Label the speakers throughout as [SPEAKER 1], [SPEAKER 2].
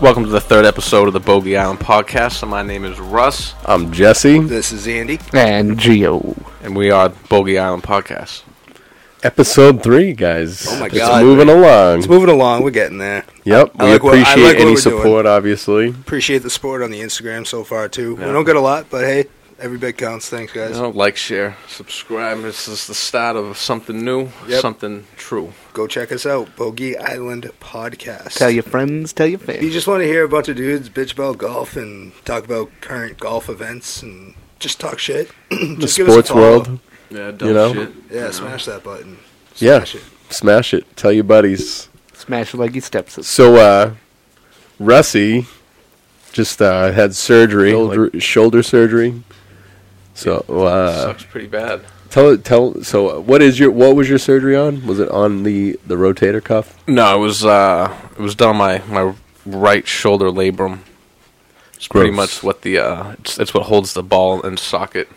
[SPEAKER 1] Welcome to the third episode of the Bogey Island Podcast. My name is Russ,
[SPEAKER 2] I'm Jesse.
[SPEAKER 3] This is Andy.
[SPEAKER 4] And Geo.
[SPEAKER 1] and we are Bogey Island Podcast.
[SPEAKER 2] Episode three, guys.
[SPEAKER 3] Oh my
[SPEAKER 2] it's
[SPEAKER 3] God.
[SPEAKER 2] moving along.
[SPEAKER 3] It's moving along. We're getting there.
[SPEAKER 2] yep,
[SPEAKER 3] I
[SPEAKER 2] we
[SPEAKER 3] like what- I like
[SPEAKER 2] appreciate
[SPEAKER 3] what
[SPEAKER 2] any
[SPEAKER 3] we're doing.
[SPEAKER 2] support, obviously.
[SPEAKER 3] Appreciate the support on the Instagram so far too.
[SPEAKER 1] Yeah.
[SPEAKER 3] We don't get a lot, but hey, every bit counts. Thanks, guys.
[SPEAKER 1] You know, like, share, subscribe. This is the start of something new,
[SPEAKER 3] Yep.
[SPEAKER 1] something true.
[SPEAKER 3] Go check us out, Bogey Island Podcast.
[SPEAKER 4] Tell your friends, tell your
[SPEAKER 3] If you
[SPEAKER 4] fans.
[SPEAKER 3] just want to hear a bunch of dudes bitch about golf and talk about current golf events and just talk shit,
[SPEAKER 2] The
[SPEAKER 3] just give us a
[SPEAKER 2] sports
[SPEAKER 3] follow.
[SPEAKER 2] world.
[SPEAKER 1] Yeah, dumb
[SPEAKER 2] You know?
[SPEAKER 1] shit.
[SPEAKER 3] Yeah, smash that button.
[SPEAKER 2] Yeah.
[SPEAKER 3] Smash it.
[SPEAKER 2] Smash it. Tell your buddies.
[SPEAKER 4] Smash it like he steps it.
[SPEAKER 2] So, uh, Russie just uh, had surgery,
[SPEAKER 1] Shoulder-
[SPEAKER 2] like, shoulder surgery. So, uh,
[SPEAKER 1] Sucks pretty bad.
[SPEAKER 2] tell tell. So, what is your what was your surgery on? Was it on the the rotator cuff?
[SPEAKER 1] No, it was uh, it was done on my my right shoulder labrum. It's pretty
[SPEAKER 2] Gross.
[SPEAKER 1] much what the uh, it's, it's what holds the ball and socket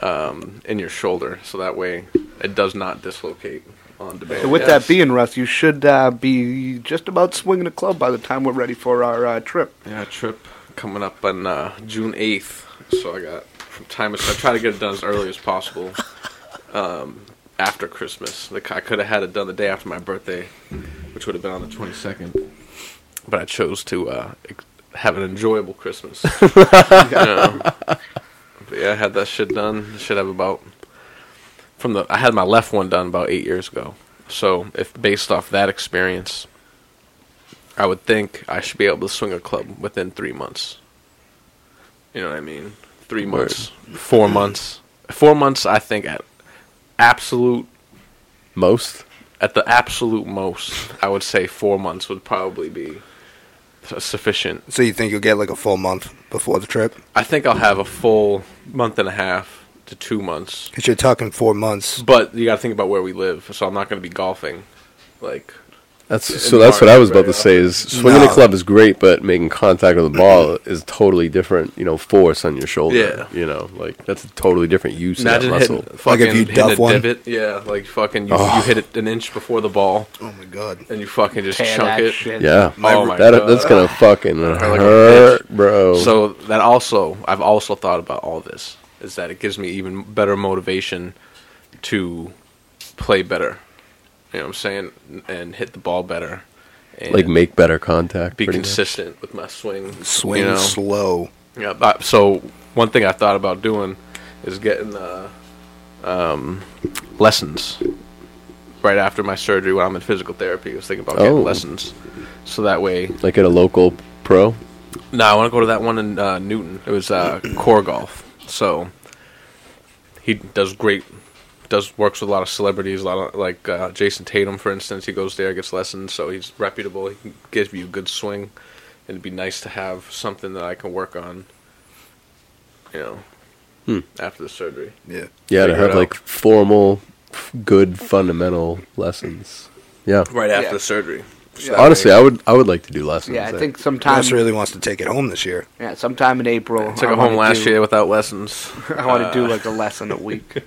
[SPEAKER 1] um, in your shoulder, so that way it does not dislocate on demand.
[SPEAKER 4] So with
[SPEAKER 1] Yeah.
[SPEAKER 4] that being, Russ, you should uh, be just about swinging a club by the time we're ready for our uh, trip.
[SPEAKER 1] Yeah, trip coming up on uh, June eighth. So I got from time. I try to get it done as early as possible. Um, after Christmas, like I could have had it done the day after my birthday, which would have been on the twenty second. But I chose to uh, ex- have an enjoyable Christmas. You know? But yeah, I had that shit done. Should have about from the. I had my left one done about eight years ago. So if based off that experience, I would think I should be able to swing a club within three months. You know what I mean? Three months, four months, four months. I think at absolute,
[SPEAKER 2] Most.
[SPEAKER 1] at the absolute most, I would say four months would probably be s- sufficient.
[SPEAKER 3] So you think you'll get like a full month before the trip?
[SPEAKER 1] I think I'll have a full month and a half to two months.
[SPEAKER 3] Because you're talking four months.
[SPEAKER 1] But you got to think about where we live, so I'm not going to be golfing. Like,
[SPEAKER 2] That's
[SPEAKER 1] in
[SPEAKER 2] so. That's what
[SPEAKER 1] March,
[SPEAKER 2] I was about
[SPEAKER 1] right?
[SPEAKER 2] to say. Is swinging
[SPEAKER 3] No.
[SPEAKER 2] a club is great, but making contact with the ball is totally different. You know, force on your shoulder.
[SPEAKER 1] Yeah.
[SPEAKER 2] You know, like that's a totally different use
[SPEAKER 1] imagine
[SPEAKER 2] of that
[SPEAKER 1] hitting,
[SPEAKER 2] muscle.
[SPEAKER 1] fucking
[SPEAKER 3] Like if you
[SPEAKER 1] hitting a
[SPEAKER 3] duff one?
[SPEAKER 1] divot. Yeah, like fucking, you, you
[SPEAKER 2] Oh.
[SPEAKER 1] hit it an inch before the ball,
[SPEAKER 3] Oh my god.
[SPEAKER 1] and you fucking just
[SPEAKER 4] Tear
[SPEAKER 1] chunk
[SPEAKER 4] that
[SPEAKER 1] it.
[SPEAKER 4] shit.
[SPEAKER 2] Yeah,
[SPEAKER 1] My- Oh my
[SPEAKER 2] that
[SPEAKER 1] God.
[SPEAKER 2] that's gonna fucking
[SPEAKER 1] like a
[SPEAKER 2] hurt, bro.
[SPEAKER 1] So that also, I've also thought about all this is that it gives me even better motivation to play better. You know what I'm saying? And hit the ball better. And
[SPEAKER 2] like make better contact.
[SPEAKER 1] be
[SPEAKER 2] pretty much.
[SPEAKER 1] consistent with my swing.
[SPEAKER 3] Swing
[SPEAKER 1] you know?
[SPEAKER 3] slow.
[SPEAKER 1] Yeah, but- so one thing I thought about doing is getting uh, um, lessons right after my surgery when I'm in physical therapy. I was thinking about
[SPEAKER 2] Oh.
[SPEAKER 1] getting lessons, so that way
[SPEAKER 2] Like at a local pro.
[SPEAKER 1] No, I want to go to that one in uh, Newton. It was uh, Core Golf. So he does great. Does works with a lot of celebrities, a lot of like uh, Jason Tatum, for instance. He goes there, gets lessons, so he's reputable. He can give you a good swing. It'd be nice to have something that I can work on. You know,
[SPEAKER 2] Hmm.
[SPEAKER 1] after the surgery.
[SPEAKER 3] Yeah.
[SPEAKER 2] Yeah, to
[SPEAKER 1] Figure it
[SPEAKER 2] have like
[SPEAKER 1] out.
[SPEAKER 2] formal, f- good fundamental lessons. Yeah.
[SPEAKER 1] Right after
[SPEAKER 4] Yeah.
[SPEAKER 1] the surgery.
[SPEAKER 2] Honestly, I would I would like to do lessons.
[SPEAKER 4] Yeah, I
[SPEAKER 2] eh?
[SPEAKER 4] think sometime.
[SPEAKER 3] Russ really wants to take it home this year.
[SPEAKER 4] Yeah, sometime in April.
[SPEAKER 1] I took
[SPEAKER 4] I
[SPEAKER 1] it home
[SPEAKER 4] wanna
[SPEAKER 1] last
[SPEAKER 4] do-
[SPEAKER 1] year Uh, without lessons.
[SPEAKER 4] I want to do like a lesson a week.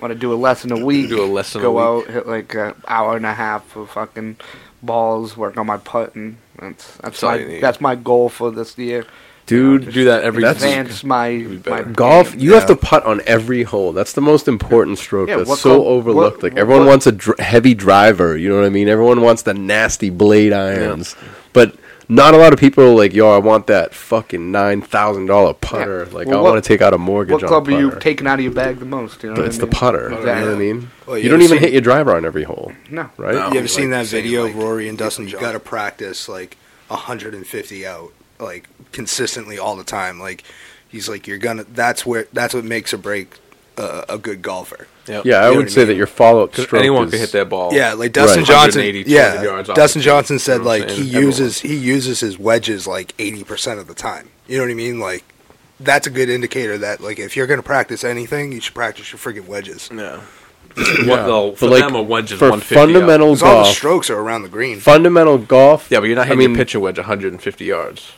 [SPEAKER 4] want to do a lesson a week.
[SPEAKER 1] Do a lesson a
[SPEAKER 4] Go
[SPEAKER 1] week.
[SPEAKER 4] out, hit like an hour and a half of fucking balls. Work on my putting. That's that's
[SPEAKER 1] That's all
[SPEAKER 4] my
[SPEAKER 1] you need.
[SPEAKER 4] that's my goal for this year.
[SPEAKER 2] dude,
[SPEAKER 1] do that every
[SPEAKER 2] That's-
[SPEAKER 4] Advance my
[SPEAKER 1] be
[SPEAKER 4] my
[SPEAKER 1] better.
[SPEAKER 2] Golf, you have to
[SPEAKER 3] Yeah.
[SPEAKER 2] putt on every hole. That's the most important stroke.
[SPEAKER 4] Yeah, what
[SPEAKER 2] That's so
[SPEAKER 4] col-
[SPEAKER 2] overlooked.
[SPEAKER 4] what-
[SPEAKER 2] like
[SPEAKER 4] what-
[SPEAKER 2] everyone
[SPEAKER 4] what-
[SPEAKER 2] wants a dr- heavy driver. You know what I mean? Everyone wants the nasty blade irons, but not a lot of people are like, "Yo, I want that fucking nine thousand dollar putter.
[SPEAKER 4] Yeah.
[SPEAKER 2] Like,
[SPEAKER 4] Well,
[SPEAKER 2] I
[SPEAKER 4] what-
[SPEAKER 2] want to take out a mortgage
[SPEAKER 4] What
[SPEAKER 2] on
[SPEAKER 4] club
[SPEAKER 2] a
[SPEAKER 4] are
[SPEAKER 2] putter."
[SPEAKER 4] you taking out of your bag the most? You know
[SPEAKER 2] But
[SPEAKER 4] what
[SPEAKER 2] it's
[SPEAKER 4] I
[SPEAKER 2] the
[SPEAKER 4] mean?
[SPEAKER 2] putter.
[SPEAKER 3] Oh,
[SPEAKER 2] You know
[SPEAKER 4] Exactly.
[SPEAKER 2] what I mean?
[SPEAKER 3] Well, you
[SPEAKER 2] you don't
[SPEAKER 3] ever
[SPEAKER 2] even
[SPEAKER 3] seen-
[SPEAKER 2] hit your driver on every hole,
[SPEAKER 4] No.
[SPEAKER 2] right?
[SPEAKER 1] No.
[SPEAKER 3] You ever seen
[SPEAKER 1] like
[SPEAKER 3] that video
[SPEAKER 1] saying,
[SPEAKER 3] of Rory and Dustin? You got to practice like 150 out, like consistently all the time. Like he's like, you're gonna. That's where. That's what makes or break uh, a good golfer.
[SPEAKER 1] Yep.
[SPEAKER 2] Yeah, I
[SPEAKER 3] You know
[SPEAKER 2] would
[SPEAKER 3] what I
[SPEAKER 2] say that
[SPEAKER 3] mean?
[SPEAKER 2] your follow up stroke.
[SPEAKER 1] anyone
[SPEAKER 2] is,
[SPEAKER 1] could hit that ball.
[SPEAKER 3] Yeah, like Dustin
[SPEAKER 2] Right.
[SPEAKER 3] Johnson.
[SPEAKER 1] 180, 200
[SPEAKER 3] Yeah,
[SPEAKER 1] yards off
[SPEAKER 3] Dustin
[SPEAKER 1] the tee.
[SPEAKER 3] Johnson
[SPEAKER 1] You
[SPEAKER 3] said
[SPEAKER 1] know what I'm
[SPEAKER 3] like he
[SPEAKER 1] saying? Everyone.
[SPEAKER 3] uses he uses his wedges like 80 percent of the time. You know what I mean? Like that's a good indicator that like if you're gonna practice anything, you should practice your friggin' wedges.
[SPEAKER 1] Yeah.
[SPEAKER 2] Yeah.
[SPEAKER 1] What, though, for
[SPEAKER 2] But, like,
[SPEAKER 1] them, a wedge is
[SPEAKER 2] for
[SPEAKER 1] 150 out.
[SPEAKER 2] fundamental
[SPEAKER 3] 'Cause all the
[SPEAKER 2] golf.
[SPEAKER 3] strokes are around the green.
[SPEAKER 2] fundamental golf.
[SPEAKER 1] Yeah, but you're not
[SPEAKER 2] I
[SPEAKER 1] hitting
[SPEAKER 2] mean,
[SPEAKER 1] your pitching wedge 150 yards.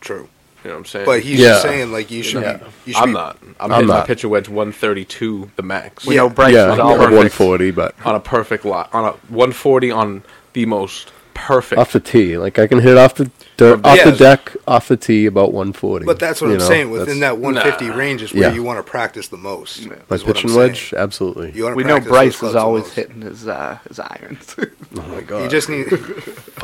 [SPEAKER 3] True,
[SPEAKER 1] You know what I'm saying?
[SPEAKER 3] but he's
[SPEAKER 2] Yeah.
[SPEAKER 3] just saying like you should.
[SPEAKER 2] Yeah.
[SPEAKER 3] Be, you should
[SPEAKER 1] I'm
[SPEAKER 3] be-
[SPEAKER 1] not. I'm,
[SPEAKER 2] I'm
[SPEAKER 1] hitting my
[SPEAKER 2] not.
[SPEAKER 1] pitching wedge 132 the max.
[SPEAKER 4] We know Bryce
[SPEAKER 2] Yeah,
[SPEAKER 4] was
[SPEAKER 2] like
[SPEAKER 4] all
[SPEAKER 1] perfect.
[SPEAKER 2] 140, but
[SPEAKER 1] On a perfect lot. On a 140 on the most perfect.
[SPEAKER 2] off the tee. Like I can hit it off the dirt,
[SPEAKER 1] From-
[SPEAKER 2] off
[SPEAKER 3] Yeah.
[SPEAKER 2] the deck, off the tee, about 140.
[SPEAKER 3] But that's what
[SPEAKER 2] you
[SPEAKER 3] I'm
[SPEAKER 2] know,
[SPEAKER 3] saying.
[SPEAKER 2] that's-
[SPEAKER 3] Within that 150
[SPEAKER 1] Nah.
[SPEAKER 3] range is where
[SPEAKER 2] Yeah.
[SPEAKER 3] you want to practice the most. is
[SPEAKER 2] my
[SPEAKER 3] what I'm
[SPEAKER 2] pitching
[SPEAKER 3] saying.
[SPEAKER 2] wedge, absolutely.
[SPEAKER 3] You wanna
[SPEAKER 4] We know
[SPEAKER 3] practice those
[SPEAKER 4] Bryce
[SPEAKER 3] clubs
[SPEAKER 4] is
[SPEAKER 3] the
[SPEAKER 4] always
[SPEAKER 3] most.
[SPEAKER 4] hitting his uh, his irons.
[SPEAKER 2] oh my god!
[SPEAKER 3] You just need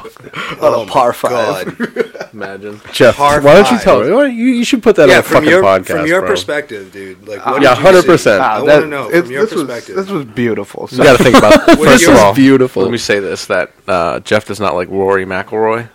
[SPEAKER 3] Oh
[SPEAKER 4] On a par five.
[SPEAKER 3] God.
[SPEAKER 1] Imagine.
[SPEAKER 2] Jeff,
[SPEAKER 3] par
[SPEAKER 2] why don't you
[SPEAKER 3] five.
[SPEAKER 2] tell? Why, you, you should put that
[SPEAKER 3] yeah,
[SPEAKER 2] on a
[SPEAKER 3] from
[SPEAKER 2] fucking
[SPEAKER 3] your
[SPEAKER 2] podcast,
[SPEAKER 3] from your
[SPEAKER 2] bro.
[SPEAKER 3] perspective, dude. Like,
[SPEAKER 4] Uh,
[SPEAKER 3] what
[SPEAKER 2] yeah,
[SPEAKER 3] did you see?
[SPEAKER 2] 100%.
[SPEAKER 3] I
[SPEAKER 4] Wow,
[SPEAKER 3] want
[SPEAKER 4] that-
[SPEAKER 3] to know
[SPEAKER 4] it's-
[SPEAKER 3] from your
[SPEAKER 4] this was-
[SPEAKER 3] perspective.
[SPEAKER 4] this was beautiful.
[SPEAKER 2] You got to think about. first of
[SPEAKER 3] yours-
[SPEAKER 2] all, beautiful.
[SPEAKER 1] Let me say this: that uh, Jeff does not like Rory McIlroy.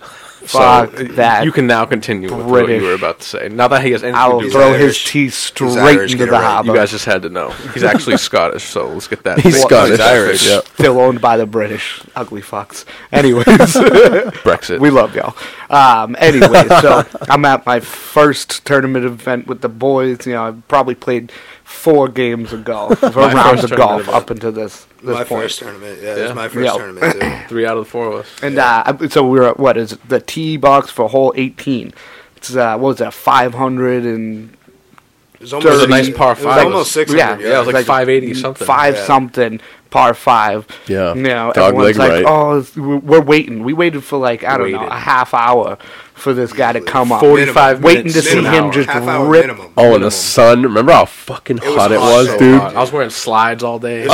[SPEAKER 4] Fuck
[SPEAKER 1] so
[SPEAKER 4] that
[SPEAKER 1] You can now continue with what
[SPEAKER 4] British.
[SPEAKER 1] you were about to say. Not that he has anything
[SPEAKER 4] I
[SPEAKER 1] to
[SPEAKER 4] will
[SPEAKER 1] do
[SPEAKER 3] He's
[SPEAKER 1] with
[SPEAKER 4] throw
[SPEAKER 1] it.
[SPEAKER 4] his
[SPEAKER 3] Irish.
[SPEAKER 4] tee
[SPEAKER 3] Irish,
[SPEAKER 4] straight into
[SPEAKER 3] get it
[SPEAKER 4] the
[SPEAKER 3] right.
[SPEAKER 4] harbor.
[SPEAKER 1] You guys just had to know. He's actually Scottish, so let's get that.
[SPEAKER 2] He's
[SPEAKER 1] thing.
[SPEAKER 2] Scottish.
[SPEAKER 1] He's
[SPEAKER 2] Irish. Yeah.
[SPEAKER 4] still owned by the British. Ugly fucks. Anyways,
[SPEAKER 1] Brexit.
[SPEAKER 4] we love y'all. Um, anyway, so I'm at my first tournament event with the boys. You know, I've probably played four games of golf, or
[SPEAKER 1] My
[SPEAKER 4] rounds
[SPEAKER 1] first
[SPEAKER 4] of
[SPEAKER 1] tournament
[SPEAKER 4] golf
[SPEAKER 1] event.
[SPEAKER 4] up until this, this
[SPEAKER 3] my
[SPEAKER 4] point.
[SPEAKER 3] first tournament. Yeah, it
[SPEAKER 1] Yeah.
[SPEAKER 3] was my first
[SPEAKER 4] Yeah.
[SPEAKER 3] tournament too.
[SPEAKER 1] Three out of the four of us.
[SPEAKER 4] And uh, I- so we were at what is it, the tee box for hole 18. It's uh, what was that 500 and
[SPEAKER 3] It was almost
[SPEAKER 4] was a nice
[SPEAKER 1] par
[SPEAKER 3] it was
[SPEAKER 1] five.
[SPEAKER 3] almost six
[SPEAKER 4] yeah,
[SPEAKER 3] hundred.
[SPEAKER 1] yeah, it was like 580 something.
[SPEAKER 4] five
[SPEAKER 3] Yeah.
[SPEAKER 4] something, par five.
[SPEAKER 2] Yeah.
[SPEAKER 4] you know,
[SPEAKER 2] Dog leg
[SPEAKER 4] everyone's
[SPEAKER 2] right.
[SPEAKER 4] like, oh, it's- we're we're waiting. We waited for like I don't know
[SPEAKER 1] Waited.
[SPEAKER 4] a half hour for this guy to
[SPEAKER 3] Easily.
[SPEAKER 4] come up.
[SPEAKER 1] 45
[SPEAKER 4] Waiting
[SPEAKER 1] minutes
[SPEAKER 4] to see
[SPEAKER 1] an
[SPEAKER 4] him
[SPEAKER 1] hour.
[SPEAKER 4] just
[SPEAKER 3] half hour
[SPEAKER 4] rip.
[SPEAKER 3] minimum.
[SPEAKER 2] Oh, and
[SPEAKER 3] minimum.
[SPEAKER 2] the sun. Remember how fucking
[SPEAKER 3] was
[SPEAKER 2] hot it
[SPEAKER 3] hot
[SPEAKER 2] was,
[SPEAKER 3] so
[SPEAKER 2] dude.
[SPEAKER 3] hot.
[SPEAKER 1] I was wearing slides all day.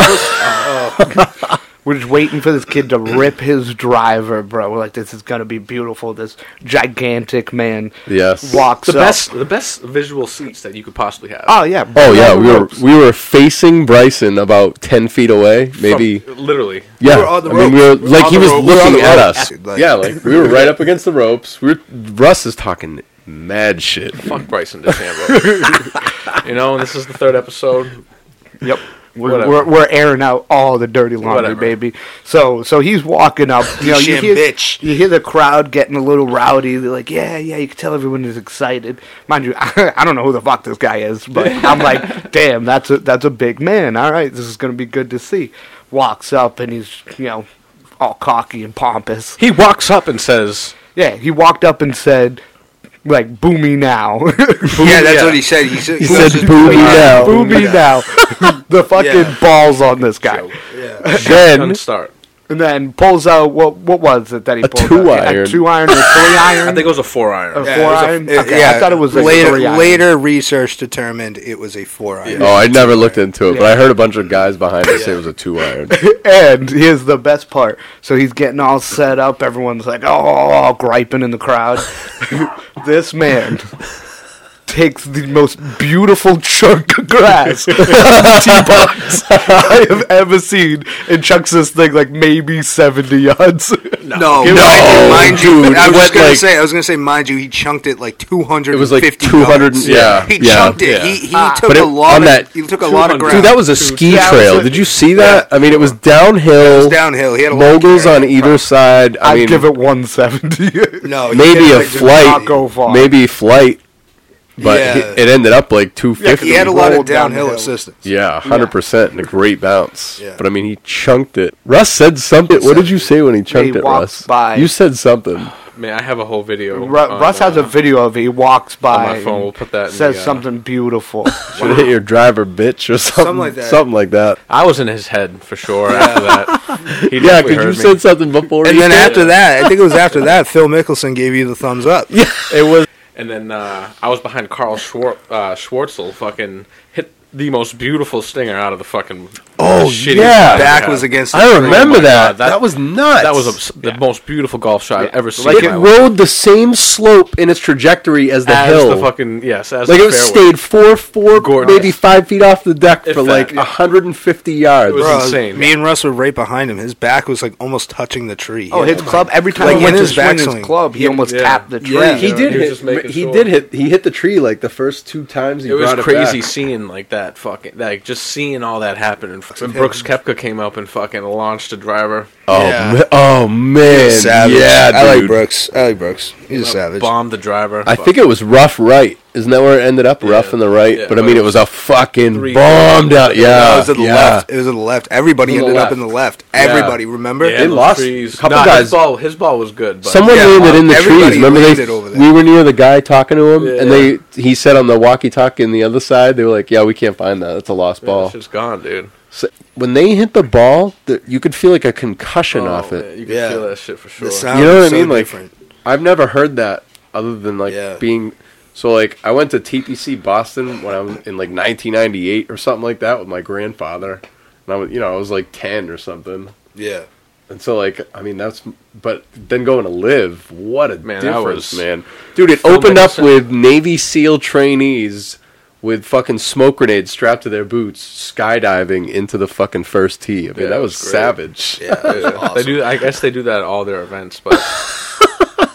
[SPEAKER 4] We're just waiting for this kid to rip his driver, bro. We're like, this is gonna be beautiful. This gigantic man
[SPEAKER 2] Yes.
[SPEAKER 4] walks
[SPEAKER 1] the
[SPEAKER 4] up.
[SPEAKER 1] best, the best visual seats that you could possibly have.
[SPEAKER 4] Oh yeah.
[SPEAKER 2] Oh yeah,
[SPEAKER 4] Bro,
[SPEAKER 2] we were
[SPEAKER 4] ropes.
[SPEAKER 2] we were facing Bryson about ten feet away,
[SPEAKER 1] From-
[SPEAKER 2] maybe.
[SPEAKER 1] literally.
[SPEAKER 2] yeah,
[SPEAKER 3] were on the
[SPEAKER 2] I mean, we were
[SPEAKER 3] ropes. We were
[SPEAKER 2] like
[SPEAKER 3] on
[SPEAKER 2] he
[SPEAKER 3] the
[SPEAKER 2] was
[SPEAKER 3] ropes. We were on
[SPEAKER 2] looking
[SPEAKER 3] the
[SPEAKER 2] at
[SPEAKER 3] ropes.
[SPEAKER 2] us.
[SPEAKER 3] Like-
[SPEAKER 2] yeah, like we were right up against the ropes. We were, Russ is talking mad shit.
[SPEAKER 1] Fuck Bryson DeChambeau. you know, and this is the third episode.
[SPEAKER 4] Yep. We're,
[SPEAKER 1] Whatever.
[SPEAKER 4] we're, we're airing out all the dirty laundry,
[SPEAKER 1] Whatever.
[SPEAKER 4] baby. So so he's walking up. You know, you
[SPEAKER 3] Sham
[SPEAKER 4] hear
[SPEAKER 3] bitch.
[SPEAKER 4] you hear the crowd getting a little rowdy. They're like, yeah, yeah. You can tell everyone is excited. Mind you, I, don't know who the fuck this guy is, but I'm like, damn, that's a that's a big man. All right, this is gonna be good to see. Walks up and he's you know all cocky and pompous.
[SPEAKER 1] He walks up and says,
[SPEAKER 4] Yeah, he walked up and said. Like boo me now,
[SPEAKER 3] Yeah, that's
[SPEAKER 1] Yeah.
[SPEAKER 3] what he said. He said,
[SPEAKER 2] He said, "Boo me now."
[SPEAKER 4] boo me now. the fucking
[SPEAKER 3] Yeah.
[SPEAKER 4] balls on this guy.
[SPEAKER 3] Yeah.
[SPEAKER 1] "Gun
[SPEAKER 2] Then
[SPEAKER 1] start."
[SPEAKER 4] and then pulls out what what was it that he
[SPEAKER 2] A
[SPEAKER 4] pulled
[SPEAKER 2] two
[SPEAKER 4] out?
[SPEAKER 2] iron.
[SPEAKER 4] a two iron, a three
[SPEAKER 1] I
[SPEAKER 4] iron.
[SPEAKER 1] think it was a four iron.
[SPEAKER 4] Okay.
[SPEAKER 3] Yeah,
[SPEAKER 4] Four
[SPEAKER 3] it was a-
[SPEAKER 4] iron?
[SPEAKER 3] it-
[SPEAKER 4] Okay, I
[SPEAKER 3] yeah,
[SPEAKER 4] thought it was a
[SPEAKER 3] later.
[SPEAKER 4] three iron.
[SPEAKER 3] Later research determined it was a four iron.
[SPEAKER 2] oh, I never looked into it, but
[SPEAKER 4] Yeah.
[SPEAKER 2] I heard a bunch of guys behind us say it was a two iron.
[SPEAKER 4] and here's the best part. So he's getting all set up. Everyone's like, oh, griping in the crowd. this man takes the most beautiful chunk of grass from the tee box I have ever seen and chucks this thing like maybe 70 yards.
[SPEAKER 3] No,
[SPEAKER 4] No,
[SPEAKER 3] mind you,
[SPEAKER 2] dude,
[SPEAKER 3] mind you. I
[SPEAKER 2] it
[SPEAKER 3] was
[SPEAKER 2] went
[SPEAKER 3] gonna
[SPEAKER 2] like-
[SPEAKER 3] say, I was gonna say, mind you, he chunked it like two hundred.
[SPEAKER 2] It was like 200 yeah,
[SPEAKER 3] he
[SPEAKER 2] yeah,
[SPEAKER 3] chunked it.
[SPEAKER 1] yeah.
[SPEAKER 3] He, he
[SPEAKER 4] Ah.
[SPEAKER 3] took
[SPEAKER 2] But it-
[SPEAKER 3] a lot.
[SPEAKER 2] on
[SPEAKER 3] Of,
[SPEAKER 2] that-
[SPEAKER 3] he took a lot of
[SPEAKER 1] 200.
[SPEAKER 3] ground.
[SPEAKER 2] Dude, that was a ski
[SPEAKER 4] Yeah, it was
[SPEAKER 2] trail.
[SPEAKER 4] a-
[SPEAKER 2] Did you see that? I mean, it was downhill.
[SPEAKER 3] It was downhill. He had a lot of
[SPEAKER 2] moguls
[SPEAKER 3] carry.
[SPEAKER 2] on either side. I
[SPEAKER 4] I'd
[SPEAKER 2] mean,
[SPEAKER 4] give it 170.
[SPEAKER 3] No, he
[SPEAKER 2] maybe
[SPEAKER 3] didn't
[SPEAKER 2] a
[SPEAKER 3] like to
[SPEAKER 2] flight,
[SPEAKER 3] knock
[SPEAKER 4] go far.
[SPEAKER 2] maybe flight, but
[SPEAKER 3] Yeah.
[SPEAKER 2] it- it ended up like two
[SPEAKER 3] Yeah, he
[SPEAKER 2] fifty.
[SPEAKER 3] had a lot of
[SPEAKER 4] rolled down the
[SPEAKER 3] downhill
[SPEAKER 4] hill.
[SPEAKER 3] assistance.
[SPEAKER 2] Yeah, hundred percent, and a great bounce.
[SPEAKER 3] Yeah.
[SPEAKER 2] But I mean, he chunked it. Russ said something. What did you say when he chunked
[SPEAKER 4] He
[SPEAKER 2] it,
[SPEAKER 4] walked
[SPEAKER 2] Russ?
[SPEAKER 4] by.
[SPEAKER 2] You said something.
[SPEAKER 1] Man, I have a whole video.
[SPEAKER 4] Ru-
[SPEAKER 1] on,
[SPEAKER 4] Russ has
[SPEAKER 1] uh,
[SPEAKER 4] a video of it. He walks by.
[SPEAKER 1] my phone.
[SPEAKER 4] and
[SPEAKER 1] We'll put that in
[SPEAKER 4] Says
[SPEAKER 1] the, uh,
[SPEAKER 4] something beautiful.
[SPEAKER 2] Should have hit your driver, bitch, or something, something like
[SPEAKER 3] like
[SPEAKER 2] that.
[SPEAKER 3] that.
[SPEAKER 1] I was in his head for sure after that. He definitely
[SPEAKER 2] Yeah, because you
[SPEAKER 1] heard me.
[SPEAKER 2] said something before.
[SPEAKER 3] And
[SPEAKER 2] he
[SPEAKER 3] then
[SPEAKER 2] did.
[SPEAKER 3] after that, I think it was after that, Phil Mickelson gave you the thumbs up. Yeah,
[SPEAKER 2] it was.
[SPEAKER 1] And then uh, I was behind Carl Schwar- uh, Schwartzel, fucking hit the most beautiful stinger out of the fucking.
[SPEAKER 2] Oh,
[SPEAKER 1] shittiest
[SPEAKER 2] yeah.
[SPEAKER 1] shot I
[SPEAKER 3] back
[SPEAKER 1] had.
[SPEAKER 3] was against. The
[SPEAKER 2] I
[SPEAKER 3] screen.
[SPEAKER 2] remember
[SPEAKER 1] God,
[SPEAKER 2] that. Oh that.
[SPEAKER 1] that-
[SPEAKER 2] was nuts.
[SPEAKER 1] That was abs- the most beautiful golf shot I've
[SPEAKER 4] Yeah.
[SPEAKER 1] ever
[SPEAKER 4] Like
[SPEAKER 1] seen.
[SPEAKER 2] It
[SPEAKER 1] in my life.
[SPEAKER 2] rolled the same slope in its trajectory as the
[SPEAKER 1] as
[SPEAKER 2] hill.
[SPEAKER 1] the fucking yes, as
[SPEAKER 2] like
[SPEAKER 1] the
[SPEAKER 2] it
[SPEAKER 1] fairway.
[SPEAKER 2] stayed four, four,
[SPEAKER 1] Gorgeous.
[SPEAKER 2] maybe five feet off the deck for
[SPEAKER 1] that-
[SPEAKER 2] like
[SPEAKER 1] yeah.
[SPEAKER 2] 150 yards.
[SPEAKER 1] was
[SPEAKER 3] Bro,
[SPEAKER 1] insane.
[SPEAKER 3] Me and Russ were right behind him. His back was like almost touching the tree.
[SPEAKER 4] oh, his club. Every time
[SPEAKER 3] Like,
[SPEAKER 4] he
[SPEAKER 3] in
[SPEAKER 4] went to
[SPEAKER 3] his
[SPEAKER 4] swing his
[SPEAKER 3] backswing.
[SPEAKER 4] club, he almost
[SPEAKER 1] yeah.
[SPEAKER 4] tapped the tree.
[SPEAKER 3] Yeah.
[SPEAKER 2] he
[SPEAKER 1] you know,
[SPEAKER 2] did
[SPEAKER 1] he was
[SPEAKER 2] hit.
[SPEAKER 1] just making
[SPEAKER 2] He
[SPEAKER 1] sure.
[SPEAKER 2] did hit. He hit the tree like the first two times. He
[SPEAKER 1] It was
[SPEAKER 2] brought
[SPEAKER 1] crazy
[SPEAKER 2] It back.
[SPEAKER 1] seeing like that fucking like just seeing all that happen and fucking Brooks Kepka came up and fucking launched a driver,
[SPEAKER 2] Oh,
[SPEAKER 3] Yeah.
[SPEAKER 2] ma- oh man,
[SPEAKER 3] savage.
[SPEAKER 2] yeah, dude.
[SPEAKER 3] I like Brooks. I like Brooks. He's a savage.
[SPEAKER 1] bombed the driver.
[SPEAKER 2] I think it was rough right. Isn't that where it ended up? Rough in the right,
[SPEAKER 1] Yeah,
[SPEAKER 2] but I
[SPEAKER 1] but
[SPEAKER 2] mean
[SPEAKER 1] it
[SPEAKER 2] it was a fucking
[SPEAKER 1] three-
[SPEAKER 2] bombed out. Yeah,
[SPEAKER 3] No, it was to the
[SPEAKER 2] yeah.
[SPEAKER 3] left. It was to the left. Everybody
[SPEAKER 2] To the
[SPEAKER 3] ended
[SPEAKER 2] left.
[SPEAKER 3] up in the left. Everybody, remember?
[SPEAKER 1] Yeah,
[SPEAKER 2] They
[SPEAKER 1] those
[SPEAKER 2] lost
[SPEAKER 1] trees.
[SPEAKER 2] a couple
[SPEAKER 1] Nah,
[SPEAKER 2] guys.
[SPEAKER 1] His ball, his ball was good. But
[SPEAKER 2] Someone
[SPEAKER 3] Yeah,
[SPEAKER 2] landed in the
[SPEAKER 3] everybody
[SPEAKER 2] trees. Remember
[SPEAKER 3] landed over
[SPEAKER 2] they?
[SPEAKER 3] there.
[SPEAKER 2] We were near the guy talking to him, and
[SPEAKER 1] Yeah.
[SPEAKER 2] they he said on the walkie-talkie on the other side, they were like, "Yeah, we can't find that. That's a lost
[SPEAKER 1] Yeah, that
[SPEAKER 2] ball."
[SPEAKER 1] shit's gone, dude.
[SPEAKER 2] So when they hit the ball, the, you could feel like a concussion
[SPEAKER 1] Oh,
[SPEAKER 2] off it.
[SPEAKER 1] man, you can
[SPEAKER 3] Yeah.
[SPEAKER 1] feel that shit for sure.
[SPEAKER 3] The sound
[SPEAKER 2] You know what
[SPEAKER 3] is
[SPEAKER 2] I
[SPEAKER 3] so
[SPEAKER 2] mean? Like-
[SPEAKER 3] different.
[SPEAKER 2] I've never heard that other than like
[SPEAKER 3] Yeah.
[SPEAKER 2] being so like I went to TPC Boston when I was in like 1998 or something like that with my grandfather, and I was you know I was like 10 or something,
[SPEAKER 3] yeah.
[SPEAKER 2] and so like I mean that's but then going to live what a
[SPEAKER 1] Man, that
[SPEAKER 2] difference
[SPEAKER 1] was-
[SPEAKER 2] man, dude it
[SPEAKER 1] Filmmaker
[SPEAKER 2] opened up
[SPEAKER 1] sound.
[SPEAKER 2] with Navy SEAL trainees with fucking smoke grenades strapped to their boots skydiving into the fucking first tee. I mean
[SPEAKER 1] Yeah,
[SPEAKER 2] that
[SPEAKER 1] it
[SPEAKER 2] was,
[SPEAKER 1] was great.
[SPEAKER 2] savage.
[SPEAKER 3] Yeah, that was
[SPEAKER 1] Yeah. They
[SPEAKER 3] awesome.
[SPEAKER 1] do. I guess they do that at all their events, but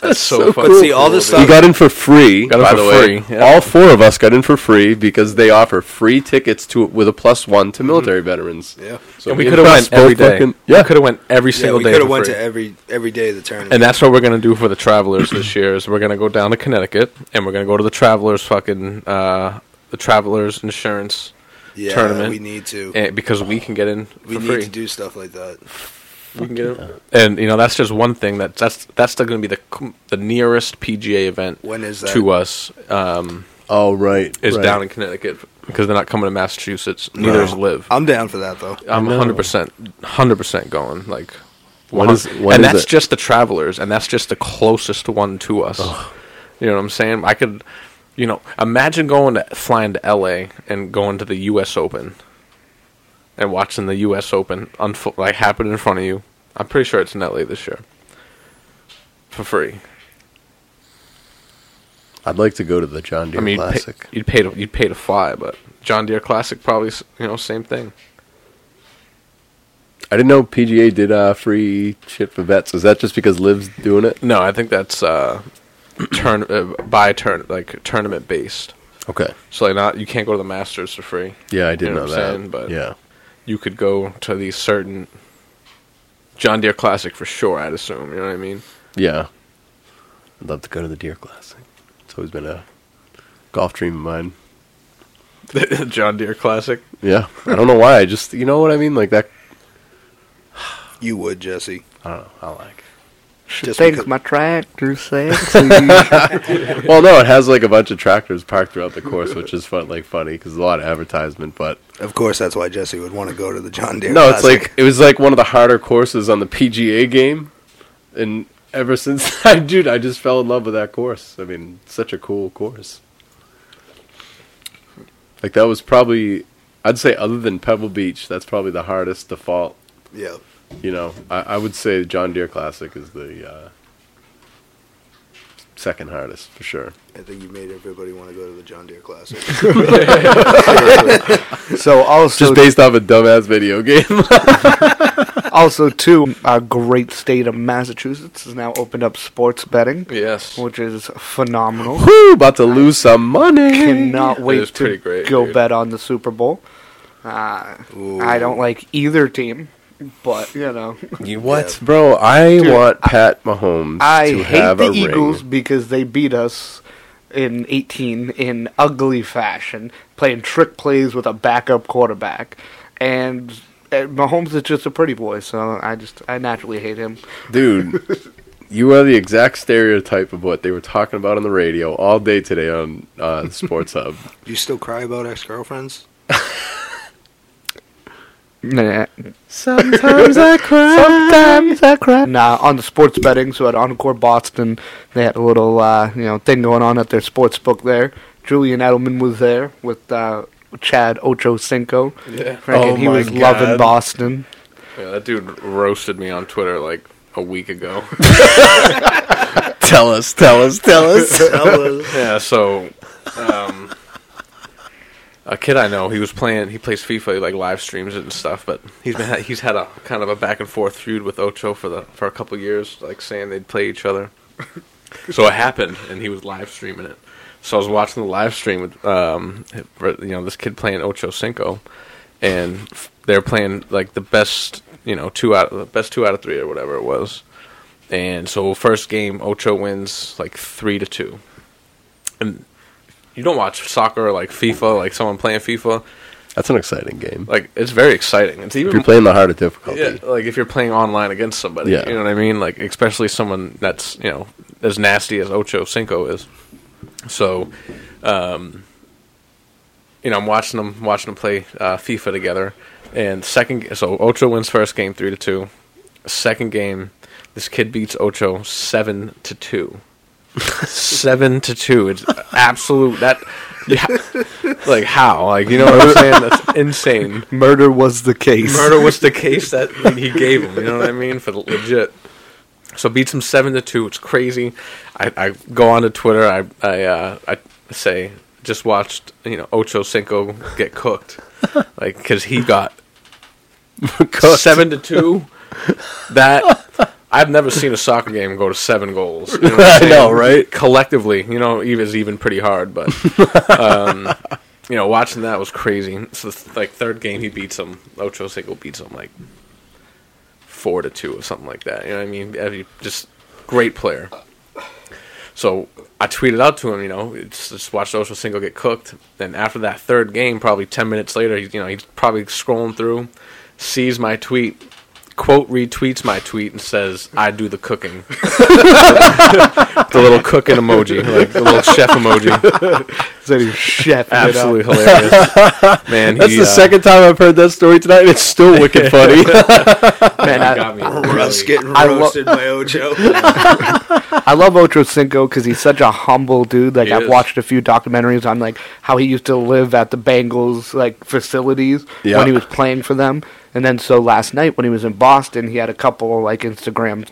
[SPEAKER 1] that's so, fucking.
[SPEAKER 3] But see, all this
[SPEAKER 1] dude.
[SPEAKER 2] We
[SPEAKER 3] stuff-
[SPEAKER 2] got in for free.
[SPEAKER 1] Got in
[SPEAKER 2] by
[SPEAKER 1] for
[SPEAKER 2] the way,
[SPEAKER 1] free, yeah.
[SPEAKER 2] all four of us got in for free because they offer free tickets to with a plus one to military veterans.
[SPEAKER 3] Yeah.
[SPEAKER 1] Mm-hmm.
[SPEAKER 2] so
[SPEAKER 1] And we
[SPEAKER 2] me
[SPEAKER 1] could have
[SPEAKER 2] Russ
[SPEAKER 1] went every
[SPEAKER 2] both
[SPEAKER 1] day.
[SPEAKER 2] fucking-
[SPEAKER 1] yeah,
[SPEAKER 2] yeah,
[SPEAKER 1] could have went every
[SPEAKER 3] Yeah,
[SPEAKER 1] single
[SPEAKER 3] we
[SPEAKER 1] day.
[SPEAKER 3] could have
[SPEAKER 1] for
[SPEAKER 3] went
[SPEAKER 1] free.
[SPEAKER 3] to every every day of the tournament.
[SPEAKER 1] And that's what we're gonna do for the Travelers this year. Is we're gonna go down to Connecticut and we're gonna go to the Travelers fucking uh, the Travelers insurance
[SPEAKER 3] yeah,
[SPEAKER 1] tournament.
[SPEAKER 3] we need to.
[SPEAKER 1] and, because we can get in for
[SPEAKER 3] we need
[SPEAKER 1] free.
[SPEAKER 3] to do stuff like that.
[SPEAKER 1] we can get in. And you know that's just one thing that that's that's gonna be the c- the nearest PGA event
[SPEAKER 3] When is that?
[SPEAKER 1] to us um,
[SPEAKER 2] Oh right,
[SPEAKER 1] is
[SPEAKER 2] right.
[SPEAKER 1] down in Connecticut because they're not coming to Massachusetts. Neither is Live.
[SPEAKER 3] I'm down for that though.
[SPEAKER 1] I'm
[SPEAKER 2] know.
[SPEAKER 1] 100 percent, 100 percent going. Like,
[SPEAKER 2] When
[SPEAKER 1] one-
[SPEAKER 2] is- when
[SPEAKER 1] and
[SPEAKER 2] is
[SPEAKER 1] that's
[SPEAKER 2] it?
[SPEAKER 1] just the travelers, and that's just the closest one to us. You know what I'm saying? I could, you know, imagine going to flying to LA and going to the U.S. Open and watching the U.S. Open unfo- like happen in front of you. I'm pretty sure it's in LA this year for free.
[SPEAKER 2] I'd like to go to the John Deere
[SPEAKER 1] I mean, you'd pay,
[SPEAKER 2] Classic.
[SPEAKER 1] you'd pay to you'd pay to fly, but John Deere Classic probably s- you know same thing.
[SPEAKER 2] I didn't know PGA did uh, free shit for vets. Is that just because Liv's doing it?
[SPEAKER 1] No, I think that's uh, turn uh, by turn like tournament based.
[SPEAKER 2] Okay.
[SPEAKER 1] So like not you can't go to the Masters for free.
[SPEAKER 2] Yeah, I did
[SPEAKER 1] You know
[SPEAKER 2] know,
[SPEAKER 1] what I'm
[SPEAKER 2] that.
[SPEAKER 1] saying? But-
[SPEAKER 2] yeah,
[SPEAKER 1] You could go to these certain John Deere Classic for sure. I'd assume. You know what I mean?
[SPEAKER 2] yeah. I'd love to go to the Deer Classic. It's always been a golf dream of mine.
[SPEAKER 1] John Deere Classic.
[SPEAKER 2] Yeah, I don't know why. I just you know what I mean. Like that.
[SPEAKER 3] You would, Jesse.
[SPEAKER 2] I don't know. I like.
[SPEAKER 3] Just
[SPEAKER 4] Thanks,
[SPEAKER 3] because-
[SPEAKER 4] my tractor sexy.
[SPEAKER 2] well, no, it has like a bunch of tractors parked throughout the course, which is fun, like funny because a lot of advertisement. But
[SPEAKER 3] Of course, that's why Jesse would want to go to the John Deere.
[SPEAKER 2] no, it's
[SPEAKER 3] Classic.
[SPEAKER 2] like it was like one of the harder courses on the PGA game, and ever since I dude, I just fell in love with that course. I mean, such a cool course. Like that was probably, I'd say, other than Pebble Beach, that's probably the hardest default.
[SPEAKER 3] yeah,
[SPEAKER 2] You know, I, I would say John Deere Classic is the uh, second hardest for sure.
[SPEAKER 3] I think you made everybody want to go to the John Deere Classic.
[SPEAKER 4] so also
[SPEAKER 2] Just based off a dumbass video game.
[SPEAKER 4] also too, our great state of Massachusetts has now opened up sports betting,
[SPEAKER 1] Yes.
[SPEAKER 4] which is phenomenal.
[SPEAKER 2] Woo, about to lose some money.
[SPEAKER 4] Cannot
[SPEAKER 1] It
[SPEAKER 4] wait
[SPEAKER 1] is
[SPEAKER 4] to
[SPEAKER 1] pretty great,
[SPEAKER 4] go
[SPEAKER 1] dude.
[SPEAKER 4] bet on the Super Bowl. Uh,
[SPEAKER 3] Ooh.
[SPEAKER 4] I don't like either team, but you know,
[SPEAKER 2] You what, bro? I
[SPEAKER 4] Dude,
[SPEAKER 2] want Pat Mahomes
[SPEAKER 4] I
[SPEAKER 2] to
[SPEAKER 4] hate
[SPEAKER 2] have
[SPEAKER 4] the
[SPEAKER 2] a
[SPEAKER 4] Eagles
[SPEAKER 2] ring.
[SPEAKER 4] because they beat us in 18 in ugly fashion, playing trick plays with a backup quarterback, and uh, Mahomes is just a pretty boy, so I just I naturally hate him.
[SPEAKER 2] dude. You are the exact stereotype of what they were talking about on the radio all day today on uh, Sports Hub.
[SPEAKER 3] you still cry about ex-girlfriends?
[SPEAKER 4] Nah.
[SPEAKER 2] Sometimes I cry.
[SPEAKER 4] Sometimes I cry. Nah, on the sports betting, so at Encore Boston, they had a little uh, you know thing going on at their sports book there. Julian Edelman was there with uh, Chad Ochocinco.
[SPEAKER 1] Yeah.
[SPEAKER 4] Reckon
[SPEAKER 2] Oh
[SPEAKER 4] he
[SPEAKER 2] my
[SPEAKER 4] was
[SPEAKER 2] God.
[SPEAKER 4] loving Boston.
[SPEAKER 1] Yeah, that dude roasted me on Twitter like a week ago.
[SPEAKER 2] Tell us, tell us, tell us.
[SPEAKER 1] yeah. So, um, a kid I know, he was playing. He plays FIFA, like live streams it and stuff. But he's been ha- he's had a kind of a back and forth feud with Ocho for the for a couple years, like saying they'd play each other. so it happened, and he was live streaming it. So I was watching the live stream with um, you know this kid playing Ocho Cinco, and they're playing like the best you know two out the best two out of three or whatever it was. And so first game Ocho wins like three to two and you don't watch soccer like FIFA, like someone playing FIFA.
[SPEAKER 2] That's an exciting game.
[SPEAKER 1] Like it's very exciting. It's
[SPEAKER 2] If you're
[SPEAKER 1] even
[SPEAKER 2] playing the harder difficulty,
[SPEAKER 1] yeah, like if you're playing online against somebody.
[SPEAKER 2] Yeah.
[SPEAKER 1] You know what I mean? Like especially someone that's you know as nasty as Ocho Cinco is. So, um, you know, I'm watching them watching them play uh, FIFA together, And second, so Ocho wins first game three to two. Second game, this kid beats Ocho seven to two. seven to two. It's absolute that. Yeah, like how? Like you know what I'm saying? That's insane.
[SPEAKER 4] Murder was the case.
[SPEAKER 1] Murder was the case that he gave him. You know what I mean? For the legit. So beats him seven to two. It's crazy. I, I go onto Twitter. I I uh, I say just watched you know Ocho Cinco get cooked, like because he got seven to two. That I've never seen a soccer game go to seven goals. You know what I'm
[SPEAKER 2] I know,
[SPEAKER 1] saying?
[SPEAKER 2] right?
[SPEAKER 1] Collectively, you know, even is even pretty hard, but um, you know, watching that was crazy. So th- like third game, he beats him. Ocho Cinco beats him like four to two or something like that. You know what I mean? Uh, he- Just great player. So I tweeted out to him, you know, it's just watched Ocho Cinco get cooked. Then after that third game, probably ten minutes later, he's you know he's probably scrolling through, sees my tweet, quote retweets my tweet and says, "I do the cooking." the little cooking emoji, like the little chef emoji,
[SPEAKER 4] Said he was chefing it up.
[SPEAKER 1] absolutely hilarious. Man,
[SPEAKER 2] That's
[SPEAKER 1] he,
[SPEAKER 2] the
[SPEAKER 1] uh,
[SPEAKER 2] second time I've heard that story tonight, and it's still wicked funny.
[SPEAKER 1] man,
[SPEAKER 4] I-
[SPEAKER 1] he got me.
[SPEAKER 3] Russ
[SPEAKER 1] Really.
[SPEAKER 3] getting
[SPEAKER 4] I lo-
[SPEAKER 3] roasted by Ocho.
[SPEAKER 4] I love Ocho Cinco because he's such a humble dude. Like
[SPEAKER 1] He
[SPEAKER 4] I've
[SPEAKER 1] is.
[SPEAKER 4] watched a few documentaries on like how he used to live at the Bengals like facilities
[SPEAKER 2] Yeah.
[SPEAKER 4] when he was playing for them, and then so last night when he was in Boston, he had a couple like Instagram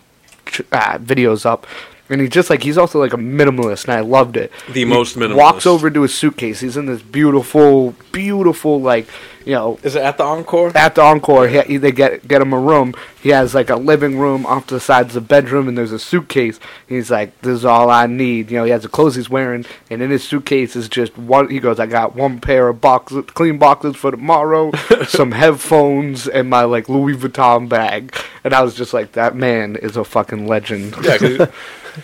[SPEAKER 4] ch- uh, videos up. And he just like he's also like a minimalist, and I loved it.
[SPEAKER 1] The
[SPEAKER 4] He
[SPEAKER 1] most minimalist.
[SPEAKER 4] Walks over to his suitcase. He's in this beautiful, beautiful like you know
[SPEAKER 1] Is it at the encore?
[SPEAKER 4] at the encore, he, he- they get get him a room. He has like a living room off to the sides of the bedroom, and there's a suitcase. He's like, "This is all I need." You know, he has the clothes he's wearing, and in his suitcase is just one. He goes, "I got one pair of boxes, clean boxes for tomorrow, some headphones, and my like Louis Vuitton bag." And I was just like, "That man is a fucking legend."
[SPEAKER 1] Yeah, 'cause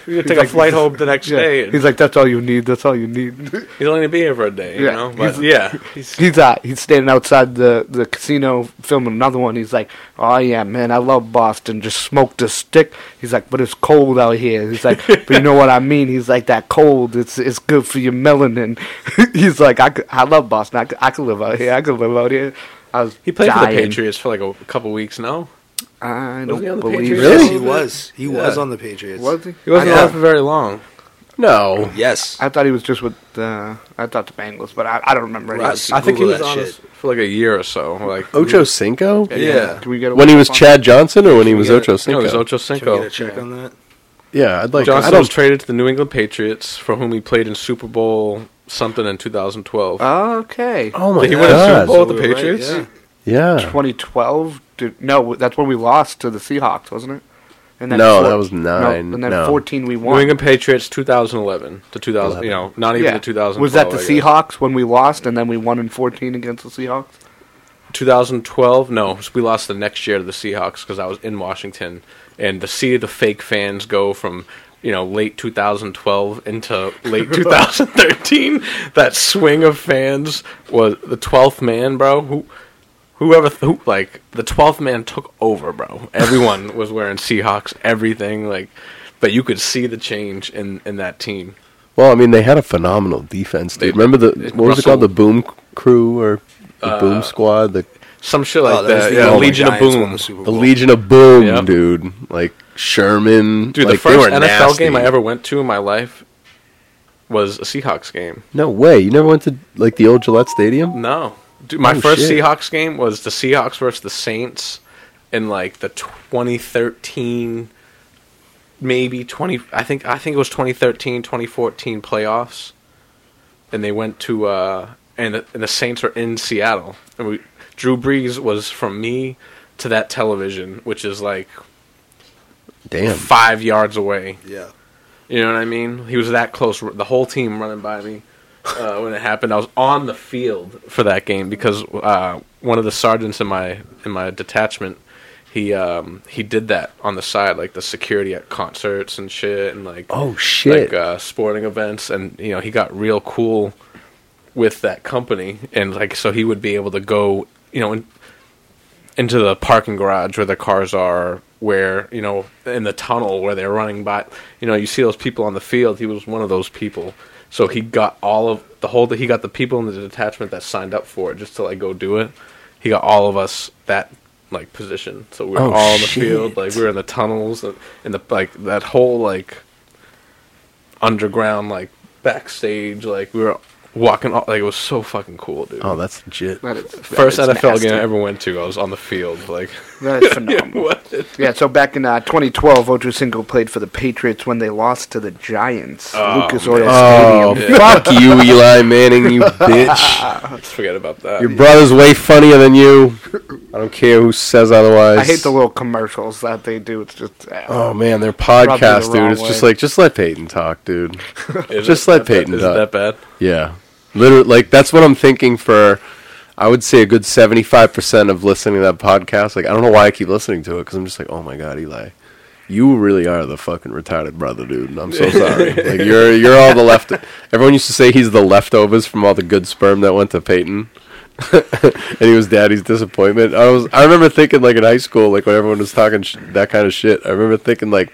[SPEAKER 1] you you take a
[SPEAKER 4] like-
[SPEAKER 1] flight home the next day. And
[SPEAKER 4] He's
[SPEAKER 1] he's,
[SPEAKER 4] like, "That's all you need. That's all you need."
[SPEAKER 1] only gonna be here for a day, you
[SPEAKER 4] Yeah,
[SPEAKER 1] know. But
[SPEAKER 4] he's-
[SPEAKER 1] yeah, he's
[SPEAKER 4] He's uh, he's standing outside the, the casino filming another one. He's like, "Oh yeah, man, I love Boston. Just smoked a stick." He's like, "But it's cold out here." He's like, "But you know what I mean." He's like, "That cold, it's it's good for your melanin." he's like, "I, could- I love Boston. I could, I could live out here. I could live out here." I was
[SPEAKER 1] he played for
[SPEAKER 4] dying.
[SPEAKER 1] the Patriots for like a, couple weeks now.
[SPEAKER 4] I
[SPEAKER 1] Wasn't he on
[SPEAKER 4] don't
[SPEAKER 1] the Patriots?
[SPEAKER 4] believe it.
[SPEAKER 3] Yes,
[SPEAKER 1] Really?
[SPEAKER 3] he was. He was
[SPEAKER 1] Yeah.
[SPEAKER 3] on the Patriots.
[SPEAKER 4] Was he?
[SPEAKER 1] He wasn't
[SPEAKER 4] I,
[SPEAKER 1] there
[SPEAKER 4] thought,
[SPEAKER 1] for very long.
[SPEAKER 2] no.
[SPEAKER 3] Yes.
[SPEAKER 4] I thought he was just with uh, I thought the Bengals, but I, I don't remember. any of
[SPEAKER 3] Russ.
[SPEAKER 4] the-
[SPEAKER 1] I think he
[SPEAKER 3] Google
[SPEAKER 1] was
[SPEAKER 3] that
[SPEAKER 1] on
[SPEAKER 3] shit.
[SPEAKER 1] us for like a year or so. Like
[SPEAKER 2] Ocho Cinco?
[SPEAKER 1] Yeah.
[SPEAKER 4] Can we get a
[SPEAKER 2] When he was
[SPEAKER 4] on-
[SPEAKER 2] Chad Johnson or when he was
[SPEAKER 1] Yeah, No, it
[SPEAKER 2] Ocho
[SPEAKER 1] was
[SPEAKER 2] Cinco?
[SPEAKER 1] Ocho
[SPEAKER 3] Can we
[SPEAKER 1] Cinco.
[SPEAKER 3] get a check on that?
[SPEAKER 2] Yeah, I'd like I
[SPEAKER 1] Johnson was
[SPEAKER 2] don't,
[SPEAKER 1] traded to the New England Patriots, for whom he played in Super Bowl something in 2012.
[SPEAKER 4] Okay.
[SPEAKER 2] Oh my
[SPEAKER 1] Did he win a Super
[SPEAKER 2] god.
[SPEAKER 1] Bowl with
[SPEAKER 3] So
[SPEAKER 1] the
[SPEAKER 3] we were right,
[SPEAKER 1] Patriots?
[SPEAKER 3] yeah.
[SPEAKER 2] Yeah.
[SPEAKER 4] 2012. Did, no, that's when we lost to the Seahawks, wasn't it? And
[SPEAKER 2] No, that was nine,
[SPEAKER 4] and then
[SPEAKER 2] no.
[SPEAKER 4] 14 we
[SPEAKER 1] New
[SPEAKER 4] won.
[SPEAKER 1] England Patriots 2011 to 2000. You know, not even
[SPEAKER 4] yeah.
[SPEAKER 1] to 2012.
[SPEAKER 4] was that the
[SPEAKER 1] I guess.
[SPEAKER 4] Seahawks when we lost and then we won in 14 against the Seahawks?
[SPEAKER 1] 2012 no we lost the next year to the seahawks because i was in washington and to see the fake fans go from you know late 2012 into late 2013 that swing of fans was the 12th man bro who whoever who, like the 12th man took over bro everyone was wearing seahawks everything like but you could see the change in in that team
[SPEAKER 2] Well, I mean, they had a phenomenal defense, dude.
[SPEAKER 1] They-
[SPEAKER 2] Remember the
[SPEAKER 1] it-
[SPEAKER 2] what was it
[SPEAKER 1] Russell- Uh,
[SPEAKER 2] called? The Boom Crew or the Boom Squad? The
[SPEAKER 1] some shit like
[SPEAKER 3] Oh, that was
[SPEAKER 1] that
[SPEAKER 3] the
[SPEAKER 1] yeah,
[SPEAKER 3] year when the
[SPEAKER 1] legion of
[SPEAKER 3] Giants won
[SPEAKER 1] boom
[SPEAKER 3] the Super
[SPEAKER 2] the
[SPEAKER 3] Bowl.
[SPEAKER 2] Legion of Boom,
[SPEAKER 1] Yep.
[SPEAKER 2] dude. Like Sherman.
[SPEAKER 1] Dude,
[SPEAKER 2] like,
[SPEAKER 1] the
[SPEAKER 2] they
[SPEAKER 1] first
[SPEAKER 2] were
[SPEAKER 1] NFL
[SPEAKER 2] nasty.
[SPEAKER 1] game I ever went to in my life was a Seahawks game.
[SPEAKER 2] No way. You never went to like the old Gillette Stadium?
[SPEAKER 1] No. Dude, my
[SPEAKER 2] Oh,
[SPEAKER 1] first
[SPEAKER 2] shit.
[SPEAKER 1] Seahawks game was the Seahawks versus the Saints in like the 2013 maybe 20 I think I think it was 2013 2014 playoffs and they went to uh and the, and the Saints are in Seattle and we Drew Brees was from me to that television which is like
[SPEAKER 2] Damn.
[SPEAKER 1] 5 yards away
[SPEAKER 3] Yeah.
[SPEAKER 1] You know what I mean? He was that close. The whole team running by me uh, when it happened. I was on the field for that game because uh, one of the sergeants in my in my detachment he um, he did that on the side, like the security at concerts and shit, and like
[SPEAKER 2] Oh shit.
[SPEAKER 1] like uh, sporting events, and you know he got real cool with that company, and like so he would be able to go, you know, in, into the parking garage where the cars are, where you know in the tunnel where they're running by, you know, you see those people on the field. He was one of those people, so he got all of the whole. He got the people in the detachment that signed up for it just to like go do it. he got all of us that like position. So we were
[SPEAKER 2] Oh,
[SPEAKER 1] all in the
[SPEAKER 2] shit.
[SPEAKER 1] field, like we were in the tunnels and in the like that whole like underground like backstage. Like we were walking, all, like it was so fucking cool, dude.
[SPEAKER 2] Oh, that's legit.
[SPEAKER 4] That is, that
[SPEAKER 1] First
[SPEAKER 4] is
[SPEAKER 1] NFL game I
[SPEAKER 4] nasty.
[SPEAKER 1] ever went to, I was on the field, like
[SPEAKER 4] That is phenomenal.
[SPEAKER 1] what?
[SPEAKER 4] Yeah, so back in uh, 2012, Ocho Cinco played for the Patriots when they lost to the Giants.
[SPEAKER 1] Oh,
[SPEAKER 4] Lucas
[SPEAKER 1] man.
[SPEAKER 4] Oil
[SPEAKER 2] Oh,
[SPEAKER 4] Stadium.
[SPEAKER 2] fuck you, Eli Manning, you bitch.
[SPEAKER 1] Let's forget about that.
[SPEAKER 2] Your brother's way funnier than you. I don't care who says otherwise.
[SPEAKER 4] I hate the little commercials that they do. It's just uh,
[SPEAKER 2] Oh
[SPEAKER 4] oh,
[SPEAKER 2] man, their
[SPEAKER 4] Rubbed it
[SPEAKER 2] podcast,
[SPEAKER 4] the
[SPEAKER 2] dude.
[SPEAKER 4] wrong
[SPEAKER 2] It's just
[SPEAKER 4] way.
[SPEAKER 2] like just let Peyton talk, dude.
[SPEAKER 1] Is
[SPEAKER 2] Just
[SPEAKER 1] it that
[SPEAKER 2] let
[SPEAKER 1] bad?
[SPEAKER 2] Peyton
[SPEAKER 1] Is
[SPEAKER 2] talk.
[SPEAKER 1] it that bad?
[SPEAKER 2] Yeah. Literally like that's what I'm thinking for I would say a good 75% of listening to that podcast. Like I don't know why I keep listening to it cuz I'm just like, "Oh my god, Eli. You really are the fucking retarded brother, dude. and I'm so sorry. like you're you're all the left Everyone used to say he's the leftovers from all the good sperm that went to Peyton. and he was daddy's disappointment. I was I remember thinking like in high school like when everyone was talking sh- that kind of shit. I remember thinking like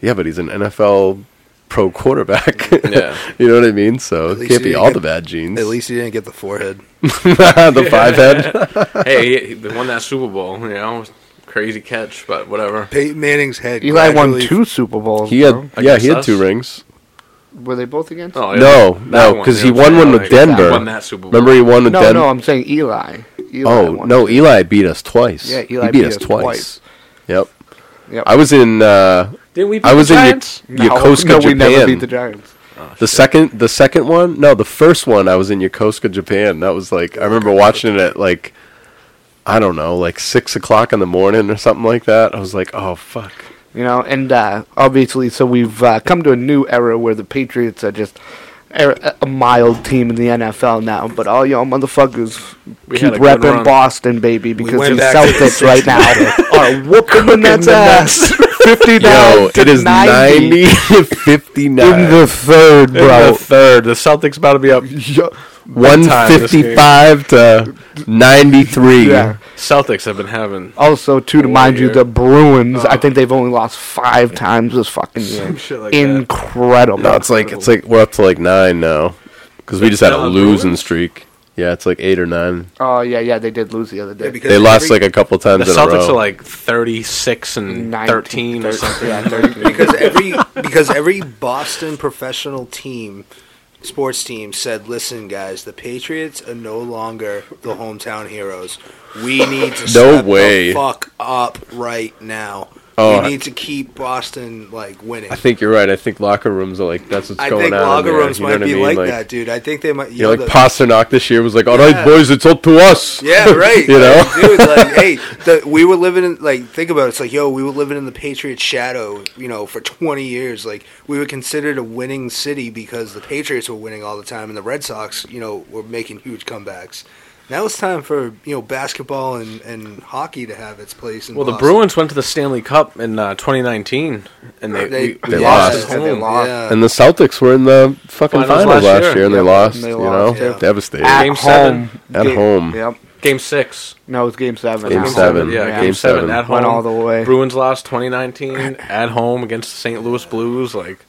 [SPEAKER 2] yeah, but he's an NFL pro quarterback.
[SPEAKER 1] Yeah.
[SPEAKER 2] you know what I mean? So
[SPEAKER 3] At
[SPEAKER 2] it
[SPEAKER 3] least
[SPEAKER 2] can't
[SPEAKER 3] he
[SPEAKER 2] be
[SPEAKER 3] didn't
[SPEAKER 2] all
[SPEAKER 3] get-
[SPEAKER 2] the bad genes.
[SPEAKER 3] At least he didn't get the forehead.
[SPEAKER 2] the five head.
[SPEAKER 1] hey, he- he, they won that Super Bowl. You know, crazy catch, but whatever.
[SPEAKER 3] Peyton Manning's head.
[SPEAKER 4] Eli won
[SPEAKER 3] gradually-
[SPEAKER 4] two Super Bowls.
[SPEAKER 2] He had
[SPEAKER 4] bro.
[SPEAKER 2] yeah,
[SPEAKER 1] Against
[SPEAKER 2] he had
[SPEAKER 1] us?
[SPEAKER 2] two rings.
[SPEAKER 4] Were they both against?
[SPEAKER 1] Oh,
[SPEAKER 2] No,
[SPEAKER 1] that
[SPEAKER 2] no,
[SPEAKER 1] one,
[SPEAKER 2] 'cause
[SPEAKER 1] you
[SPEAKER 2] he
[SPEAKER 1] know what I'm
[SPEAKER 2] won one
[SPEAKER 1] saying?
[SPEAKER 2] with
[SPEAKER 1] Like,
[SPEAKER 2] Denver.
[SPEAKER 1] Won that Super Bowl.
[SPEAKER 2] Remember he won with
[SPEAKER 4] no,
[SPEAKER 2] Denver.
[SPEAKER 4] no, I'm saying Eli. Eli
[SPEAKER 2] oh
[SPEAKER 4] won.
[SPEAKER 2] no, Eli beat us twice.
[SPEAKER 4] Yeah, Eli
[SPEAKER 2] he beat,
[SPEAKER 4] beat
[SPEAKER 2] us
[SPEAKER 4] us
[SPEAKER 2] twice.
[SPEAKER 4] twice.
[SPEAKER 2] Yep.
[SPEAKER 4] Yep.
[SPEAKER 2] I was in. Uh,
[SPEAKER 1] Didn't we? Beat
[SPEAKER 2] I was
[SPEAKER 1] the
[SPEAKER 2] in
[SPEAKER 1] Giants?
[SPEAKER 2] Yo-
[SPEAKER 4] No,
[SPEAKER 2] Yokosuka,
[SPEAKER 4] no,
[SPEAKER 2] Japan.
[SPEAKER 4] we never beat the Giants.
[SPEAKER 2] The second, the second one, no, the first one. I was in Yokosuka, Japan. That was like I remember watching it at like, I don't know, like six o'clock in the morning or something like that. I was like, oh fuck,
[SPEAKER 4] You know, and uh, obviously, so we've uh, come to a new era where the Patriots are just a, a mild team in the NFL now. But all y'all motherfuckers
[SPEAKER 1] We
[SPEAKER 4] keep
[SPEAKER 1] had a good
[SPEAKER 4] repping
[SPEAKER 1] run.
[SPEAKER 4] Boston, baby, because
[SPEAKER 3] went
[SPEAKER 4] the
[SPEAKER 3] back to the
[SPEAKER 4] Celtics right now are whooping the Nets' ass. 59
[SPEAKER 2] yo,
[SPEAKER 4] to
[SPEAKER 2] it is
[SPEAKER 4] 90
[SPEAKER 2] ninety to fifty
[SPEAKER 4] in
[SPEAKER 2] nine.
[SPEAKER 4] the third,
[SPEAKER 1] In
[SPEAKER 4] bro.
[SPEAKER 1] the third, the Celtics about to be up.
[SPEAKER 2] One
[SPEAKER 1] time this game.
[SPEAKER 2] fifty-five to ninety-three.
[SPEAKER 4] Yeah.
[SPEAKER 1] Celtics have been having
[SPEAKER 4] Also, too, to mind you,
[SPEAKER 1] Warrior.
[SPEAKER 4] the Bruins, I think they've only lost five times this fucking year.
[SPEAKER 1] Some shit like that.
[SPEAKER 4] Incredible.
[SPEAKER 2] No, it's like it's like we're up to like nine now because we just had a
[SPEAKER 1] Now the
[SPEAKER 2] losing
[SPEAKER 1] Bruins?
[SPEAKER 2] streak. Yeah, it's like eight or nine.
[SPEAKER 4] oh, yeah, yeah, they did lose the other day.
[SPEAKER 3] Yeah, because
[SPEAKER 2] They lost
[SPEAKER 3] every-
[SPEAKER 2] like a couple
[SPEAKER 1] the
[SPEAKER 2] times in a row.
[SPEAKER 1] Celtics are like thirty six and
[SPEAKER 4] 19,
[SPEAKER 1] thirteen or something.
[SPEAKER 4] Yeah, 13.
[SPEAKER 3] because every because every Boston professional team sports team said, "Listen, guys, the Patriots are no longer the hometown heroes. We need to
[SPEAKER 2] No
[SPEAKER 3] step
[SPEAKER 2] way.
[SPEAKER 3] the fuck up right now.
[SPEAKER 2] Oh,
[SPEAKER 3] we need to keep Boston like winning."
[SPEAKER 2] I think you're right. I think locker rooms are like that's what's
[SPEAKER 3] I
[SPEAKER 2] going
[SPEAKER 3] think
[SPEAKER 2] on. in
[SPEAKER 3] locker
[SPEAKER 2] there,
[SPEAKER 3] rooms
[SPEAKER 2] you know what
[SPEAKER 3] might
[SPEAKER 2] I
[SPEAKER 3] be
[SPEAKER 2] mean?
[SPEAKER 3] like, that, dude. I think they might.
[SPEAKER 2] You know,
[SPEAKER 3] know,
[SPEAKER 2] like
[SPEAKER 3] the-
[SPEAKER 2] Pasternak this year was like, "All right,
[SPEAKER 3] Yeah.
[SPEAKER 2] boys, it's up to us."
[SPEAKER 3] Yeah, right.
[SPEAKER 2] you know,
[SPEAKER 3] Like, dude, like, hey, the, we were living in like think about it. It's like, yo, we were living in the Patriots' shadow, you know, for 20 years. Like, we were considered a winning city because the Patriots were winning all the time, and the Red Sox, you know, were making huge comebacks. Now it's time for you know basketball and, and hockey to have its place. In
[SPEAKER 1] Well, the
[SPEAKER 3] Boston.
[SPEAKER 1] Bruins went to the Stanley Cup in uh, 2019, and they
[SPEAKER 3] They-
[SPEAKER 1] we-
[SPEAKER 3] They
[SPEAKER 1] we
[SPEAKER 2] lost.
[SPEAKER 1] at
[SPEAKER 4] Yeah, they
[SPEAKER 1] home.
[SPEAKER 4] lost.
[SPEAKER 3] Yeah.
[SPEAKER 2] and the Celtics were in the fucking
[SPEAKER 1] Finals
[SPEAKER 2] finals, last,
[SPEAKER 1] last
[SPEAKER 2] year,
[SPEAKER 1] year.
[SPEAKER 2] and, they
[SPEAKER 4] Yeah,
[SPEAKER 2] lost,
[SPEAKER 4] and they
[SPEAKER 2] You
[SPEAKER 4] lost,
[SPEAKER 2] know,
[SPEAKER 3] yeah.
[SPEAKER 2] devastated.
[SPEAKER 4] At
[SPEAKER 1] Game
[SPEAKER 4] home.
[SPEAKER 1] seven.
[SPEAKER 2] At home.
[SPEAKER 4] Yep.
[SPEAKER 1] Game six.
[SPEAKER 4] No, it's game seven.
[SPEAKER 2] Game
[SPEAKER 4] At home.
[SPEAKER 2] seven.
[SPEAKER 1] Yeah,
[SPEAKER 2] Yeah.
[SPEAKER 1] game,
[SPEAKER 2] Game
[SPEAKER 1] seven,
[SPEAKER 2] seven.
[SPEAKER 1] at home.
[SPEAKER 4] Went all the way.
[SPEAKER 1] Bruins lost 2019 at home against the St. Louis Blues. Like,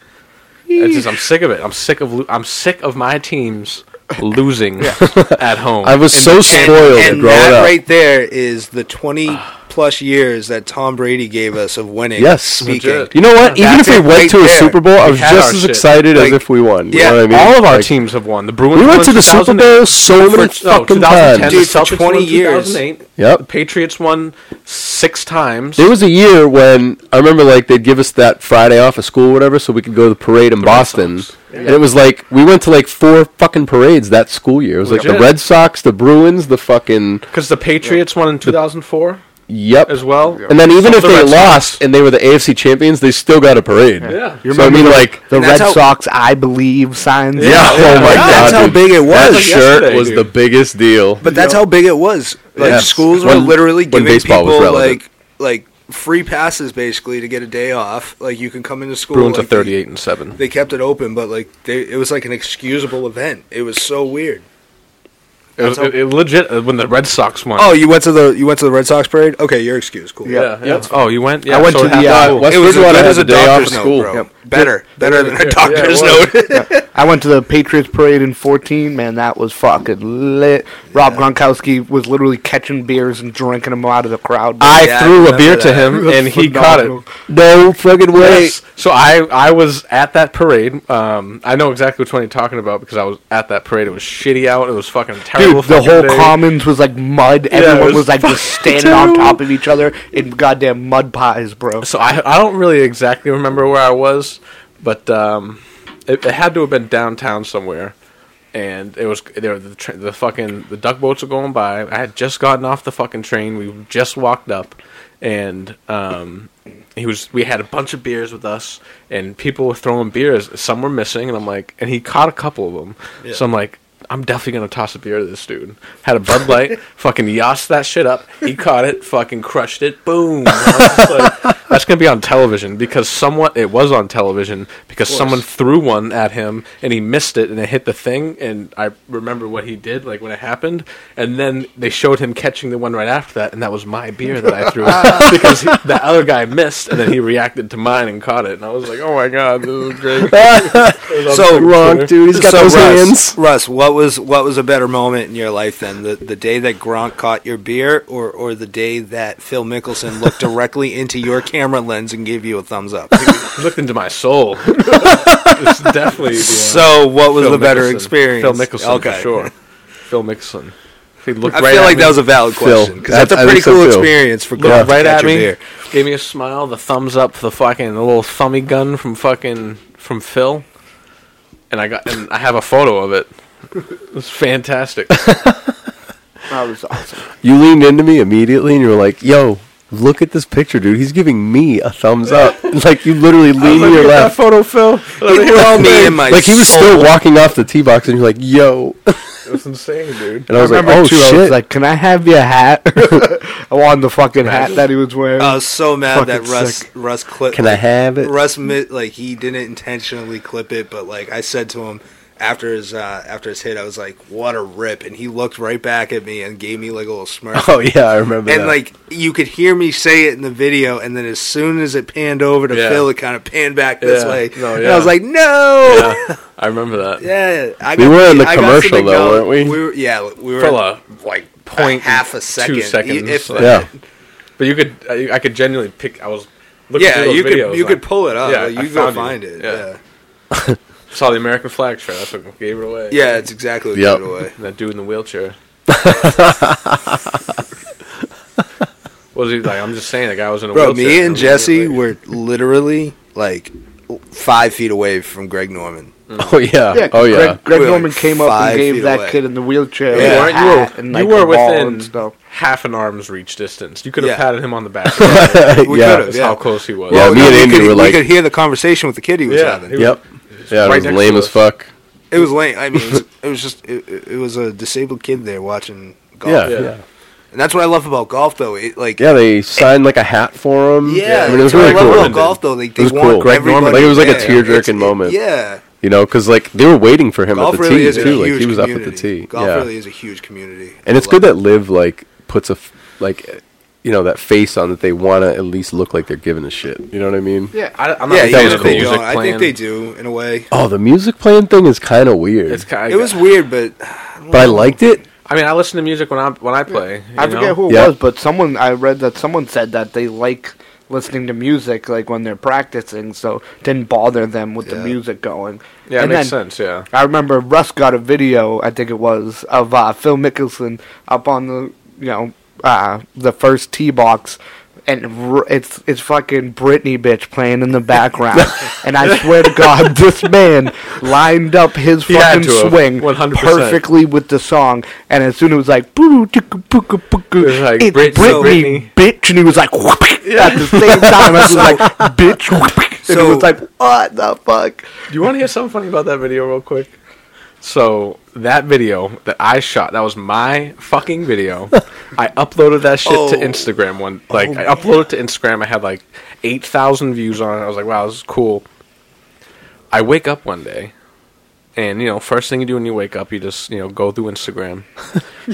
[SPEAKER 1] it's just I'm sick of it. I'm sick of lo- I'm sick of my teams losing at home.
[SPEAKER 2] I was so spoiled
[SPEAKER 3] And
[SPEAKER 2] growing
[SPEAKER 3] that
[SPEAKER 2] up.
[SPEAKER 3] right there is the 20 plus years that Tom Brady gave us of winning.
[SPEAKER 2] Yes.
[SPEAKER 3] speaking.
[SPEAKER 1] Legit.
[SPEAKER 2] you know what? Even if
[SPEAKER 3] That's
[SPEAKER 2] we
[SPEAKER 3] it
[SPEAKER 2] went
[SPEAKER 3] right
[SPEAKER 2] to a
[SPEAKER 3] there.
[SPEAKER 2] Super Bowl, I
[SPEAKER 1] We
[SPEAKER 2] was
[SPEAKER 1] had
[SPEAKER 2] just
[SPEAKER 1] our
[SPEAKER 2] as
[SPEAKER 1] shit.
[SPEAKER 2] excited as
[SPEAKER 3] Like,
[SPEAKER 2] if we won. You
[SPEAKER 3] yeah,
[SPEAKER 2] know what I mean?
[SPEAKER 1] all of our
[SPEAKER 2] Like,
[SPEAKER 1] teams have won. The Bruins.
[SPEAKER 2] We went
[SPEAKER 1] won
[SPEAKER 2] to the Super
[SPEAKER 1] 2008.
[SPEAKER 2] Bowl so many
[SPEAKER 1] For- no,
[SPEAKER 2] fucking
[SPEAKER 1] 2010,
[SPEAKER 2] times.
[SPEAKER 1] the
[SPEAKER 3] Dude, for
[SPEAKER 1] Celtics
[SPEAKER 3] 20
[SPEAKER 1] won
[SPEAKER 3] years.
[SPEAKER 1] 2008.
[SPEAKER 2] Yep.
[SPEAKER 1] The Patriots won six times.
[SPEAKER 2] There was a year when I remember, like, they'd give us that Friday off of school, or whatever, so we could go to the parade in
[SPEAKER 1] Red
[SPEAKER 2] Boston.
[SPEAKER 1] Sox.
[SPEAKER 2] And it was like we went to like four fucking parades that school year. It was like the
[SPEAKER 1] Legit.
[SPEAKER 2] Red Sox, the Bruins, the fucking
[SPEAKER 1] Because the Patriots won in 2004
[SPEAKER 2] yep.
[SPEAKER 1] as well.
[SPEAKER 2] And then even
[SPEAKER 1] Some
[SPEAKER 2] if
[SPEAKER 1] of the
[SPEAKER 2] they
[SPEAKER 1] Red Sox.
[SPEAKER 2] lost and they were the AFC champions, they still got a parade.
[SPEAKER 1] Yeah.
[SPEAKER 2] So I mean, like,
[SPEAKER 4] The
[SPEAKER 3] And
[SPEAKER 4] Red
[SPEAKER 3] that's how-
[SPEAKER 4] Sox, I believe, signs.
[SPEAKER 2] yeah,
[SPEAKER 1] Yeah,
[SPEAKER 2] oh
[SPEAKER 1] yeah.
[SPEAKER 2] my god,
[SPEAKER 3] That's how
[SPEAKER 2] dude.
[SPEAKER 3] big it
[SPEAKER 2] That
[SPEAKER 3] was.
[SPEAKER 2] shirt
[SPEAKER 1] Yesterday,
[SPEAKER 2] was
[SPEAKER 1] dude.
[SPEAKER 2] the biggest deal.
[SPEAKER 3] But that's how big it was. Like
[SPEAKER 2] Yes.
[SPEAKER 3] schools were
[SPEAKER 2] When-
[SPEAKER 3] literally
[SPEAKER 2] when
[SPEAKER 3] giving
[SPEAKER 2] baseball
[SPEAKER 3] people
[SPEAKER 2] was relevant.
[SPEAKER 3] like like free passes basically to get a day off. Like you can come into school.
[SPEAKER 1] Bruins
[SPEAKER 3] like,
[SPEAKER 1] are 38 and seven.
[SPEAKER 3] They, they kept it open, but like they, it was like an excusable event. It was so weird.
[SPEAKER 1] It was it, it legit uh, when the Red Sox won.
[SPEAKER 3] Oh, you went to the you went to the Red Sox parade. Okay, you're excused. Cool.
[SPEAKER 4] Yeah.
[SPEAKER 1] yeah. yeah. Oh, you went. Yeah,
[SPEAKER 4] I went to the,
[SPEAKER 1] it happened.
[SPEAKER 4] uh,
[SPEAKER 2] West
[SPEAKER 3] it was a-
[SPEAKER 2] Bridgewater
[SPEAKER 3] it
[SPEAKER 2] has
[SPEAKER 3] was
[SPEAKER 2] a
[SPEAKER 3] a
[SPEAKER 2] day off of
[SPEAKER 3] doctor's note,
[SPEAKER 2] school.
[SPEAKER 3] bro.
[SPEAKER 4] Yep.
[SPEAKER 3] Better, better than a doctor's
[SPEAKER 1] Yeah,
[SPEAKER 3] note.
[SPEAKER 4] I went to the Patriots parade in 14. Man, that was fucking lit. Rob Gronkowski was literally catching beers and drinking them out of the crowd.
[SPEAKER 2] I
[SPEAKER 3] Yeah, I
[SPEAKER 2] threw a
[SPEAKER 3] remember
[SPEAKER 2] beer to
[SPEAKER 3] that.
[SPEAKER 2] him
[SPEAKER 4] That's
[SPEAKER 2] and he
[SPEAKER 4] phenomenal.
[SPEAKER 2] caught it. No fucking way.
[SPEAKER 1] Yes. So I I was at that parade. Um, I know exactly which one you're talking about because I was at that parade. It was shitty out. It was fucking terrible.
[SPEAKER 4] Dude, the
[SPEAKER 1] fucking
[SPEAKER 4] whole
[SPEAKER 1] day.
[SPEAKER 4] commons was like mud.
[SPEAKER 1] it
[SPEAKER 4] Everyone
[SPEAKER 1] was
[SPEAKER 4] was, like just
[SPEAKER 2] fucking
[SPEAKER 4] standing on
[SPEAKER 2] terrible.
[SPEAKER 4] top of each other in goddamn mud pies, bro.
[SPEAKER 1] So I I don't really exactly remember where I was, but um, it, it had to have been downtown somewhere. And it was there. were The, tra- the fucking the duck boats were going by. I had just gotten off the fucking train. We just walked up, and um, he was. We had a bunch of beers with us, and people were throwing beers. Some were missing, and I'm like, and he caught a couple of them. So I'm like, I'm definitely gonna toss a beer to this dude. Had a Bud Light, fucking yas that shit up. He caught it, fucking crushed it. Boom. I was like, That's gonna be on television because someone it was on television because someone threw one at him and he missed it and it hit the thing and I remember what he did like when it happened and then they showed him catching the one right after that and that was my beer that I threw because he, the other guy missed and then he reacted to mine and caught it and I was like oh my god this is great It was on
[SPEAKER 3] So,
[SPEAKER 2] Gronk, dude, he's got those hands.
[SPEAKER 3] Russ, what was what was a better moment in your life then? The the day that Gronk caught your beer or or the day that Phil Mickelson looked directly into your camera lens and gave you a thumbs up?
[SPEAKER 1] He looked into my soul. it's definitely uh,
[SPEAKER 3] so what was
[SPEAKER 1] Phil
[SPEAKER 3] the better
[SPEAKER 1] Mickelson.
[SPEAKER 3] experience?
[SPEAKER 1] Phil Mickelson,
[SPEAKER 3] Okay.
[SPEAKER 1] for sure. Phil Mickelson. He looked
[SPEAKER 3] I
[SPEAKER 1] right
[SPEAKER 3] feel
[SPEAKER 1] at
[SPEAKER 3] like
[SPEAKER 1] me,
[SPEAKER 3] that was a valid
[SPEAKER 2] Phil.
[SPEAKER 3] question because
[SPEAKER 2] That's-
[SPEAKER 3] that's a
[SPEAKER 2] I
[SPEAKER 3] pretty
[SPEAKER 2] think so,
[SPEAKER 3] cool
[SPEAKER 2] Phil.
[SPEAKER 3] experience for Gronk
[SPEAKER 1] looked
[SPEAKER 3] to
[SPEAKER 1] right at
[SPEAKER 3] catch your
[SPEAKER 1] me,
[SPEAKER 3] beer.
[SPEAKER 1] gave me a smile, the thumbs up, the fucking the little thummy gun from fucking from Phil, and I got and I have a photo of it. It was fantastic.
[SPEAKER 4] That was awesome.
[SPEAKER 2] You leaned into me immediately and you were like, yo, look at this picture, dude. He's giving me a thumbs up. like, you literally leaned to your left.
[SPEAKER 1] photo, Phil.
[SPEAKER 3] He called me in my
[SPEAKER 2] Like, he was
[SPEAKER 3] soul.
[SPEAKER 2] still walking off the tee box and you're like, yo.
[SPEAKER 1] It was insane, dude.
[SPEAKER 2] And I was like,
[SPEAKER 4] remember
[SPEAKER 2] oh,
[SPEAKER 4] too,
[SPEAKER 2] shit.
[SPEAKER 4] I was like, "Can I have your hat?" I wanted the fucking hat that he was wearing.
[SPEAKER 3] I was so mad that
[SPEAKER 4] Fucking
[SPEAKER 3] Russ
[SPEAKER 4] sick.
[SPEAKER 3] Russ clipped.
[SPEAKER 2] Can I have it?
[SPEAKER 3] Russ mi- like he didn't intentionally clip it, but like I said to him after his uh, after his hit, I was like, "What a rip!" And he looked right back at me and gave me like a little smirk.
[SPEAKER 2] Oh, yeah, I remember
[SPEAKER 3] And
[SPEAKER 2] that.
[SPEAKER 3] like you could hear me say it in the video, and then as soon as it panned over to
[SPEAKER 1] Yeah.
[SPEAKER 3] Phil, it kind of panned back this
[SPEAKER 1] Yeah.
[SPEAKER 3] way.
[SPEAKER 1] No,
[SPEAKER 3] And I was
[SPEAKER 1] yeah.
[SPEAKER 3] like, "No."
[SPEAKER 1] Yeah, I remember that.
[SPEAKER 3] Yeah, I
[SPEAKER 2] We
[SPEAKER 3] got
[SPEAKER 2] were
[SPEAKER 3] to-
[SPEAKER 2] in the
[SPEAKER 3] I got to
[SPEAKER 2] commercial, though,
[SPEAKER 3] McDonald's-
[SPEAKER 2] weren't we?
[SPEAKER 3] we were, yeah, we were
[SPEAKER 1] For a, like point
[SPEAKER 3] half a second,
[SPEAKER 1] two seconds.
[SPEAKER 3] if
[SPEAKER 1] like-
[SPEAKER 2] yeah.
[SPEAKER 1] But you could, I, I could genuinely pick. I was looking
[SPEAKER 3] yeah,
[SPEAKER 1] through those videos.
[SPEAKER 3] you could you
[SPEAKER 1] like,
[SPEAKER 3] could pull it up.
[SPEAKER 1] Yeah,
[SPEAKER 3] like, you
[SPEAKER 1] I
[SPEAKER 3] could go
[SPEAKER 1] found you.
[SPEAKER 3] find it.
[SPEAKER 1] Yeah.
[SPEAKER 3] Yeah.
[SPEAKER 1] saw the American flag show. That's what gave it away.
[SPEAKER 3] yeah, it's exactly what
[SPEAKER 2] Yep.
[SPEAKER 3] you away.
[SPEAKER 1] And that dude in the wheelchair. was he like? I'm just saying, the guy was in a
[SPEAKER 3] Bro,
[SPEAKER 1] wheelchair.
[SPEAKER 3] me
[SPEAKER 1] I
[SPEAKER 3] and
[SPEAKER 1] was
[SPEAKER 3] Jesse
[SPEAKER 1] like-
[SPEAKER 3] were literally like five feet away from Greg Norman.
[SPEAKER 2] Oh, yeah.
[SPEAKER 4] yeah,
[SPEAKER 2] oh, yeah.
[SPEAKER 4] Greg, Greg
[SPEAKER 3] We were
[SPEAKER 4] Norman
[SPEAKER 3] like
[SPEAKER 4] came up
[SPEAKER 3] five
[SPEAKER 4] and
[SPEAKER 3] feet
[SPEAKER 4] gave that
[SPEAKER 3] away.
[SPEAKER 4] kid in the wheelchair.
[SPEAKER 1] You
[SPEAKER 3] Yeah.
[SPEAKER 4] a
[SPEAKER 1] weren't. You
[SPEAKER 4] hat
[SPEAKER 1] were,
[SPEAKER 4] and, like,
[SPEAKER 1] you were
[SPEAKER 4] a ball and
[SPEAKER 1] within
[SPEAKER 4] stuff.
[SPEAKER 1] half an arm's reach distance. You could have
[SPEAKER 3] Yeah.
[SPEAKER 1] patted him on the back.
[SPEAKER 3] We
[SPEAKER 2] yeah.
[SPEAKER 3] could've,
[SPEAKER 1] That's
[SPEAKER 3] yeah.
[SPEAKER 1] how close he was.
[SPEAKER 2] Yeah, me
[SPEAKER 3] no,
[SPEAKER 2] and
[SPEAKER 3] we
[SPEAKER 2] Andy
[SPEAKER 3] could,
[SPEAKER 2] were like-
[SPEAKER 3] we could hear the conversation with the kid he was
[SPEAKER 1] Yeah,
[SPEAKER 3] having.
[SPEAKER 1] he was-
[SPEAKER 2] Yep. Yeah,
[SPEAKER 1] right
[SPEAKER 2] it was
[SPEAKER 1] next
[SPEAKER 2] lame
[SPEAKER 1] to
[SPEAKER 2] as
[SPEAKER 1] us.
[SPEAKER 2] fuck.
[SPEAKER 3] It was lame. I mean, it was, it was just it, it- it was a disabled kid there watching golf.
[SPEAKER 2] Yeah,
[SPEAKER 1] Yeah.
[SPEAKER 2] yeah. yeah.
[SPEAKER 3] and that's what I love about golf, though. It, like
[SPEAKER 2] they signed like a hat for him.
[SPEAKER 3] Yeah,
[SPEAKER 2] I mean, it was
[SPEAKER 3] that's what
[SPEAKER 2] really
[SPEAKER 3] I love
[SPEAKER 2] cool.
[SPEAKER 3] about golf though. They, they
[SPEAKER 2] was
[SPEAKER 3] want
[SPEAKER 2] cool. Greg
[SPEAKER 3] everybody
[SPEAKER 2] Norman, like, it was like a
[SPEAKER 3] there.
[SPEAKER 2] tear-jerking
[SPEAKER 3] It's- it-
[SPEAKER 2] moment.
[SPEAKER 3] Yeah,
[SPEAKER 2] You know, because like they were waiting for him
[SPEAKER 3] golf
[SPEAKER 2] at the
[SPEAKER 3] really
[SPEAKER 2] tee
[SPEAKER 3] is a
[SPEAKER 2] too. Like
[SPEAKER 3] huge
[SPEAKER 2] he was up at the
[SPEAKER 3] community.
[SPEAKER 2] tee.
[SPEAKER 3] Golf
[SPEAKER 2] yeah,
[SPEAKER 3] really is a huge community,
[SPEAKER 2] and
[SPEAKER 3] I
[SPEAKER 2] it's good
[SPEAKER 3] love
[SPEAKER 2] that Liv like puts a f- like you know that face on that they want to at least look like they're giving a shit. You know what I mean?
[SPEAKER 4] Yeah,
[SPEAKER 1] I, I'm not
[SPEAKER 3] it. yeah,
[SPEAKER 1] a
[SPEAKER 2] that
[SPEAKER 1] fan
[SPEAKER 3] even
[SPEAKER 2] was
[SPEAKER 1] of the
[SPEAKER 3] if
[SPEAKER 2] cool.
[SPEAKER 3] they
[SPEAKER 1] music
[SPEAKER 3] don't, I
[SPEAKER 1] playing.
[SPEAKER 3] think they do in a way.
[SPEAKER 2] Oh, the music playing thing is kind of weird,
[SPEAKER 1] It's kind
[SPEAKER 3] It was weird, but
[SPEAKER 2] but I liked it.
[SPEAKER 1] I mean, I listen to music when I when I play. you
[SPEAKER 4] I forget
[SPEAKER 1] know?
[SPEAKER 4] who it
[SPEAKER 2] Yeah.
[SPEAKER 4] was, but someone I read that someone said that they like listening to music like when they're practicing, so it didn't bother them with
[SPEAKER 3] Yeah.
[SPEAKER 4] the music going.
[SPEAKER 1] Yeah, it
[SPEAKER 4] And
[SPEAKER 1] makes
[SPEAKER 4] then
[SPEAKER 1] sense. Yeah.
[SPEAKER 4] I remember Russ got a video, I think it was, of uh, Phil Mickelson up on the you know uh, the first tee box. And r- it's it's fucking Britney bitch playing in the background, and I swear to God, this man lined up his
[SPEAKER 1] He had
[SPEAKER 4] fucking
[SPEAKER 1] to have, 100%.
[SPEAKER 4] swing perfectly perfectly with the song, and as soon as it was like, "Boo, chicka, pooka, pooka,"
[SPEAKER 1] It was like,
[SPEAKER 4] it's
[SPEAKER 1] Brit-
[SPEAKER 4] Britney, bitch, and he was like, whoop, at the same time, I was like, bitch, whoop, and
[SPEAKER 3] So-
[SPEAKER 4] he was like, what the fuck?
[SPEAKER 1] Do you want to hear something funny about that video, real quick? So that video that I shot, that was my fucking video. I uploaded that shit to
[SPEAKER 3] Oh.
[SPEAKER 1] Instagram one. Like I uploaded it to Instagram. I had like eight thousand views on it. I was like, wow, this is cool. I wake up one day, and you know, first thing you do when you wake up, you just you know go through Instagram.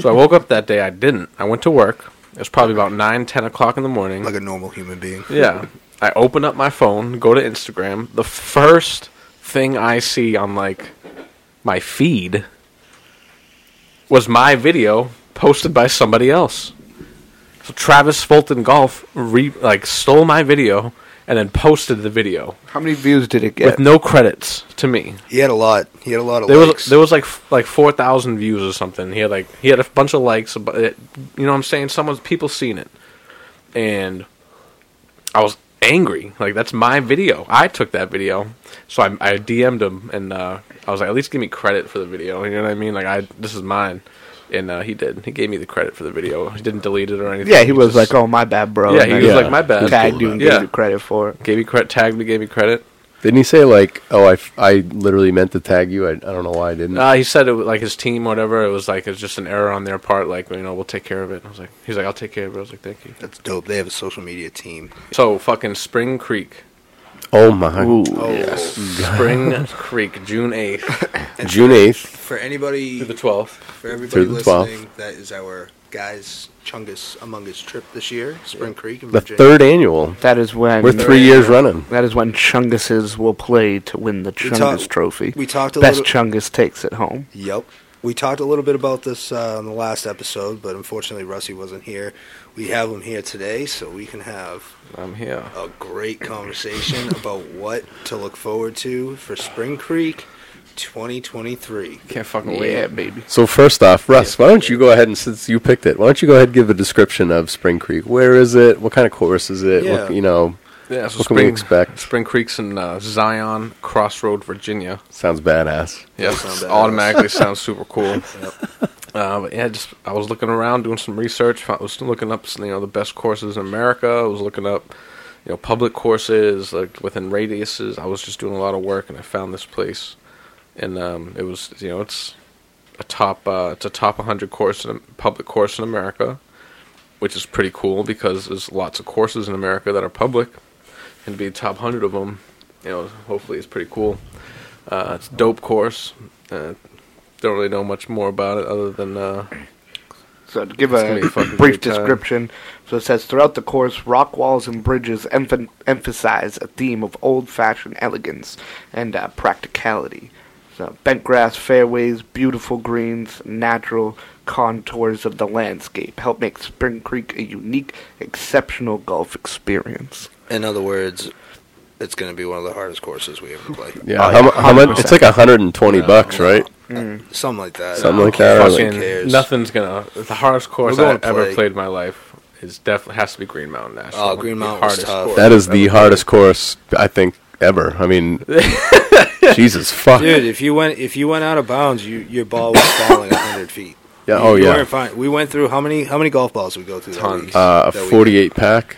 [SPEAKER 1] so I woke up that day. I didn't. I went to work. It was probably about nine, ten o'clock in the morning.
[SPEAKER 3] like a normal human being.
[SPEAKER 1] Yeah. I open up my phone, go to Instagram. The first thing I see on like my feed was my video posted by somebody else. So Travis Fulton Golf re- like stole my video and then posted the video
[SPEAKER 4] How many views did it
[SPEAKER 1] with
[SPEAKER 4] get?
[SPEAKER 1] no credits to me.
[SPEAKER 3] He had a lot. He had a lot of
[SPEAKER 1] There
[SPEAKER 3] likes.
[SPEAKER 1] was there was like f- like four thousand views or something. He had like he had a bunch of likes, but it, you know what I'm saying someone's people seen it, and I was angry. Like that's my video. I took that video, so I, I DM'd him and uh, I was like, at least give me credit for the video. You know what I mean? Like I this is mine, and uh, he did. He gave me the credit for the video. He didn't delete it or anything.
[SPEAKER 4] Yeah, he was
[SPEAKER 1] just
[SPEAKER 4] like, "Oh, my bad, bro."
[SPEAKER 1] Yeah,
[SPEAKER 4] and
[SPEAKER 1] he
[SPEAKER 4] I
[SPEAKER 1] was
[SPEAKER 2] Yeah.
[SPEAKER 1] like, my bad.
[SPEAKER 4] tagged you and
[SPEAKER 1] Yeah.
[SPEAKER 4] gave you credit for it.
[SPEAKER 1] Gave me credit. Tagged me. Gave me credit.
[SPEAKER 2] Didn't he say like, "Oh, I, f- I literally meant to tag you. I, I don't know why I didn't."
[SPEAKER 1] Uh, he said it was like his team, whatever. It was like it's just an error on their part. Like you know, we'll take care of it. And I was like, he's like, I'll take care of it. I was like, thank you.
[SPEAKER 3] That's dope. They have a social media team.
[SPEAKER 1] So fucking Spring Creek,
[SPEAKER 2] oh my!
[SPEAKER 3] Oh,
[SPEAKER 1] Spring Creek, June eighth
[SPEAKER 2] June eighth.
[SPEAKER 3] for anybody,
[SPEAKER 1] to the twelfth.
[SPEAKER 3] for everybody
[SPEAKER 2] Through the 12th.
[SPEAKER 3] listening, that is our guys Chungus Among Us trip this year, Spring Creek in
[SPEAKER 2] The
[SPEAKER 3] Virginia.
[SPEAKER 2] third annual.
[SPEAKER 4] That is when
[SPEAKER 2] We're three years running.
[SPEAKER 4] That is when Chunguses will play to win the
[SPEAKER 3] We
[SPEAKER 4] Chungus
[SPEAKER 3] talked-
[SPEAKER 4] Trophy.
[SPEAKER 3] we talked a
[SPEAKER 4] Best
[SPEAKER 3] little-
[SPEAKER 4] Chungus takes it home.
[SPEAKER 3] Yep. We talked a little bit about this uh, on the last episode, but unfortunately Rusty wasn't here. We have him here today, so we can have
[SPEAKER 1] I'm here.
[SPEAKER 3] a great conversation about what to look forward to for Spring Creek 2023.
[SPEAKER 1] Can't fucking wait.
[SPEAKER 4] Yeah, baby.
[SPEAKER 2] So first off, Russ, why don't you go ahead and since you picked it, why don't you go ahead and give a description of Spring Creek? Where is it? What kind of course is it?
[SPEAKER 3] Yeah.
[SPEAKER 2] What, you know,
[SPEAKER 1] Yeah, so
[SPEAKER 2] What can
[SPEAKER 1] Spring,
[SPEAKER 2] we expect?
[SPEAKER 1] Spring Creek's in uh, Zion Crossroad, Virginia.
[SPEAKER 2] sounds badass.
[SPEAKER 1] Yeah,
[SPEAKER 3] Does sound badass.
[SPEAKER 1] automatically sounds super cool. Uh, but yeah, just I was looking around doing some research. I was looking up you know the best courses in America. I was looking up you know public courses like within radiuses. I was just doing a lot of work and I found this place, and um, it was you know it's a top uh, it's a top 100 course in public course in America, which is pretty cool because there's lots of courses in America that are public, and to be top 100 of them, you know, hopefully it's pretty cool. Uh, it's a dope course. Uh, don't really know much more about it other than uh,
[SPEAKER 4] So to give
[SPEAKER 1] It's gonna be a
[SPEAKER 4] a
[SPEAKER 1] fucking
[SPEAKER 4] brief
[SPEAKER 1] great time.
[SPEAKER 4] description, so it says throughout the course, rock walls and bridges emph- emphasize a theme of old-fashioned elegance and uh, practicality. So bent grass fairways, beautiful greens, natural contours of the landscape help make Spring Creek a unique, exceptional golf experience.
[SPEAKER 3] In other words, it's going to be one of the hardest courses we ever play.
[SPEAKER 2] Yeah,
[SPEAKER 4] Oh,
[SPEAKER 2] how,
[SPEAKER 4] yeah,
[SPEAKER 2] mu- how much?
[SPEAKER 4] 100%.
[SPEAKER 2] It's like 120 bucks, right?
[SPEAKER 3] Something like that.
[SPEAKER 2] Something like
[SPEAKER 3] Who
[SPEAKER 2] that, or
[SPEAKER 3] fucking
[SPEAKER 2] like-
[SPEAKER 1] fucking
[SPEAKER 3] cares?
[SPEAKER 1] nothing's gonna. The hardest course
[SPEAKER 3] We're
[SPEAKER 1] I
[SPEAKER 3] going
[SPEAKER 1] have ever
[SPEAKER 3] play.
[SPEAKER 1] played in my life is definitely has to be Green Mountain National.
[SPEAKER 3] Oh,
[SPEAKER 1] The
[SPEAKER 3] Green Mountain was
[SPEAKER 1] hardest
[SPEAKER 3] tough.
[SPEAKER 1] course.
[SPEAKER 2] That is the hardest course I think ever. I mean, Jesus fuck.
[SPEAKER 3] Dude, if you went if you went out of bounds, you, your ball was falling 100 feet.
[SPEAKER 2] yeah.
[SPEAKER 3] You-
[SPEAKER 2] Oh
[SPEAKER 3] you
[SPEAKER 2] yeah.
[SPEAKER 3] weren't fine. We went through how many how many golf balls we go through
[SPEAKER 1] Tons.
[SPEAKER 3] that week?
[SPEAKER 2] Uh, a
[SPEAKER 3] That week?
[SPEAKER 2] 48 pack.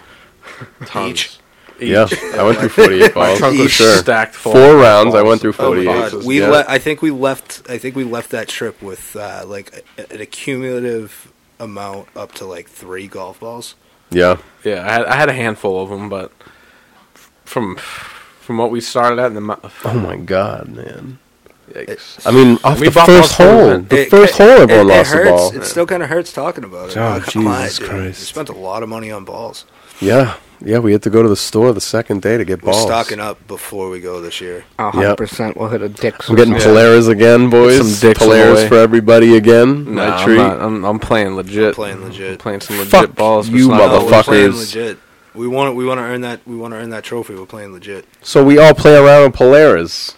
[SPEAKER 1] Tons.
[SPEAKER 3] Each.
[SPEAKER 2] Yeah, I went through 48
[SPEAKER 1] My
[SPEAKER 2] balls
[SPEAKER 1] trunk
[SPEAKER 2] for
[SPEAKER 1] was
[SPEAKER 2] sure.
[SPEAKER 1] stacked full.
[SPEAKER 2] Four
[SPEAKER 1] of
[SPEAKER 2] rounds. I
[SPEAKER 1] balls.
[SPEAKER 2] went through
[SPEAKER 3] Oh
[SPEAKER 2] 48.
[SPEAKER 3] my god, we
[SPEAKER 2] yeah.
[SPEAKER 3] le- I think we left. I think we left that trip with uh, like a, an accumulative amount up to like three golf balls.
[SPEAKER 2] yeah.
[SPEAKER 1] Yeah, I had, I had a handful of them, but from from what we started at in the mo-
[SPEAKER 2] Oh my god, man.
[SPEAKER 1] yikes.
[SPEAKER 2] I mean, off
[SPEAKER 1] We
[SPEAKER 2] the
[SPEAKER 1] bought balls
[SPEAKER 2] first
[SPEAKER 1] for
[SPEAKER 2] hole,
[SPEAKER 1] that.
[SPEAKER 2] the
[SPEAKER 3] It-
[SPEAKER 2] first
[SPEAKER 3] it-
[SPEAKER 2] hole, everyone
[SPEAKER 3] it- it
[SPEAKER 2] lost the
[SPEAKER 3] hurts.
[SPEAKER 2] ball.
[SPEAKER 3] It still kind of hurts talking about it.
[SPEAKER 2] Oh,
[SPEAKER 3] Not gonna lie,
[SPEAKER 2] Jesus
[SPEAKER 3] dude. We
[SPEAKER 2] Christ.
[SPEAKER 3] spent a lot of money on balls.
[SPEAKER 2] Yeah, yeah. We had to go to the store the second day to get
[SPEAKER 3] We're
[SPEAKER 2] balls.
[SPEAKER 3] stocking up before we go this year.
[SPEAKER 4] A
[SPEAKER 2] Yep.
[SPEAKER 4] 100% will hit a dick.
[SPEAKER 2] I'm getting
[SPEAKER 1] Yeah.
[SPEAKER 2] Polaris again, boys.
[SPEAKER 1] some dicks on the
[SPEAKER 2] Polaris
[SPEAKER 1] way.
[SPEAKER 2] for everybody again.
[SPEAKER 1] Nah,
[SPEAKER 2] my
[SPEAKER 1] I'm,
[SPEAKER 2] treat.
[SPEAKER 1] not, I'm, I'm playing legit.
[SPEAKER 3] Playing legit.
[SPEAKER 1] playing some legit
[SPEAKER 2] Fuck
[SPEAKER 1] balls. but
[SPEAKER 2] you,
[SPEAKER 1] it's not-
[SPEAKER 3] No, we're playing
[SPEAKER 2] Motherfuckers.
[SPEAKER 3] legit. We want. We want to earn that. We want to earn that trophy. We're playing legit.
[SPEAKER 2] So we all play around with Polaris.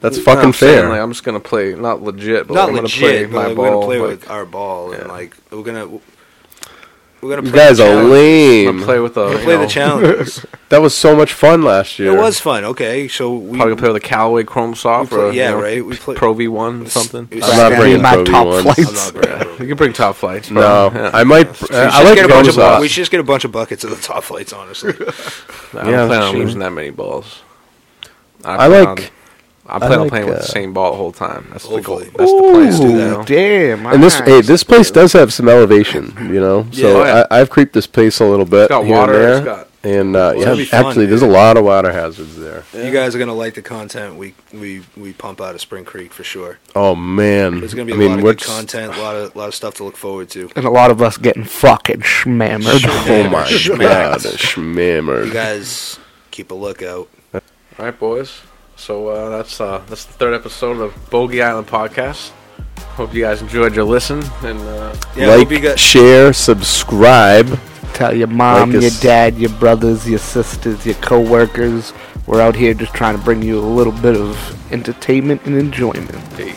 [SPEAKER 2] That's
[SPEAKER 1] No,
[SPEAKER 2] fucking
[SPEAKER 1] I'm saying,
[SPEAKER 2] fair.
[SPEAKER 1] like, I'm just gonna play not legit, but
[SPEAKER 3] Not
[SPEAKER 1] I'm
[SPEAKER 3] legit.
[SPEAKER 1] gonna play my
[SPEAKER 3] but like,
[SPEAKER 1] ball.
[SPEAKER 3] we're gonna play
[SPEAKER 1] like,
[SPEAKER 3] with our ball and
[SPEAKER 1] Yeah.
[SPEAKER 3] like we're gonna. We're gonna.
[SPEAKER 2] you
[SPEAKER 3] play
[SPEAKER 2] guys
[SPEAKER 3] the
[SPEAKER 2] are
[SPEAKER 3] challenge.
[SPEAKER 1] I'm gonna
[SPEAKER 2] lame.
[SPEAKER 1] play with a
[SPEAKER 3] We're gonna
[SPEAKER 1] you
[SPEAKER 3] play
[SPEAKER 1] know,
[SPEAKER 3] the challenges.
[SPEAKER 2] that was so much fun last year.
[SPEAKER 3] It was fun. Okay, so we
[SPEAKER 1] Probably gonna play with a Callaway Chrome Soft
[SPEAKER 3] We play-
[SPEAKER 1] or
[SPEAKER 3] yeah,
[SPEAKER 1] you know,
[SPEAKER 3] right, we play-
[SPEAKER 1] Pro V one or something.
[SPEAKER 3] It's-
[SPEAKER 2] I'm not
[SPEAKER 3] Yeah,
[SPEAKER 2] bringing
[SPEAKER 4] my
[SPEAKER 2] Pro
[SPEAKER 4] top
[SPEAKER 2] V1s.
[SPEAKER 4] flights.
[SPEAKER 3] I'm not great, bro.
[SPEAKER 1] You can bring top flights. Bro.
[SPEAKER 2] No,
[SPEAKER 1] yeah.
[SPEAKER 2] I might. I
[SPEAKER 3] We should
[SPEAKER 2] like
[SPEAKER 3] get a bunch of
[SPEAKER 2] Gomes
[SPEAKER 3] bu-
[SPEAKER 2] off.
[SPEAKER 3] we should just get a bunch of buckets of the top flights. Honestly,
[SPEAKER 1] I don't
[SPEAKER 2] Yeah,
[SPEAKER 1] plan on
[SPEAKER 2] sure.
[SPEAKER 1] losing that many balls.
[SPEAKER 2] I
[SPEAKER 1] plan
[SPEAKER 2] like-
[SPEAKER 1] on- I plan on
[SPEAKER 2] like,
[SPEAKER 1] playing with the
[SPEAKER 2] uh,
[SPEAKER 1] same ball the whole time. That's the goal.
[SPEAKER 3] Hopefully.
[SPEAKER 1] That's the plan.
[SPEAKER 3] do that.
[SPEAKER 1] you know?
[SPEAKER 4] Damn.
[SPEAKER 2] And this, hey,
[SPEAKER 4] alright.
[SPEAKER 2] this place does have some elevation, you know. So
[SPEAKER 3] Oh,
[SPEAKER 1] Yeah. Yeah.
[SPEAKER 2] I, I've creeped this place a little bit.
[SPEAKER 1] got
[SPEAKER 2] here
[SPEAKER 1] water,
[SPEAKER 2] And, there.
[SPEAKER 1] it's got-
[SPEAKER 2] and uh,
[SPEAKER 3] It's
[SPEAKER 2] yeah,
[SPEAKER 3] gonna be fun,
[SPEAKER 2] actually, there's a
[SPEAKER 3] dude.
[SPEAKER 2] lot of water hazards there.
[SPEAKER 3] you guys are gonna like the content we we we pump out of Spring Creek for sure.
[SPEAKER 2] Oh man,
[SPEAKER 3] There's gonna be
[SPEAKER 2] I
[SPEAKER 3] a
[SPEAKER 2] mean,
[SPEAKER 3] lot of
[SPEAKER 2] we're
[SPEAKER 3] good
[SPEAKER 2] just-
[SPEAKER 3] content, a lot of lot of stuff to look forward to.
[SPEAKER 4] and a lot of us getting fucking shmammered.
[SPEAKER 2] Oh my
[SPEAKER 3] Schmacked.
[SPEAKER 2] god, shmammered.
[SPEAKER 3] You guys, keep a lookout.
[SPEAKER 1] All right, boys. So uh, that's uh, that's the third episode of Bogey Island Podcast. Hope you guys enjoyed your listen and uh,
[SPEAKER 3] Yeah,
[SPEAKER 2] like,
[SPEAKER 3] hope you got-
[SPEAKER 2] share, subscribe.
[SPEAKER 4] Tell your mom,
[SPEAKER 2] Like
[SPEAKER 4] your
[SPEAKER 2] us.
[SPEAKER 4] dad, your brothers, your sisters, your coworkers. We're out here just trying to bring you a little bit of entertainment and enjoyment.
[SPEAKER 1] peace.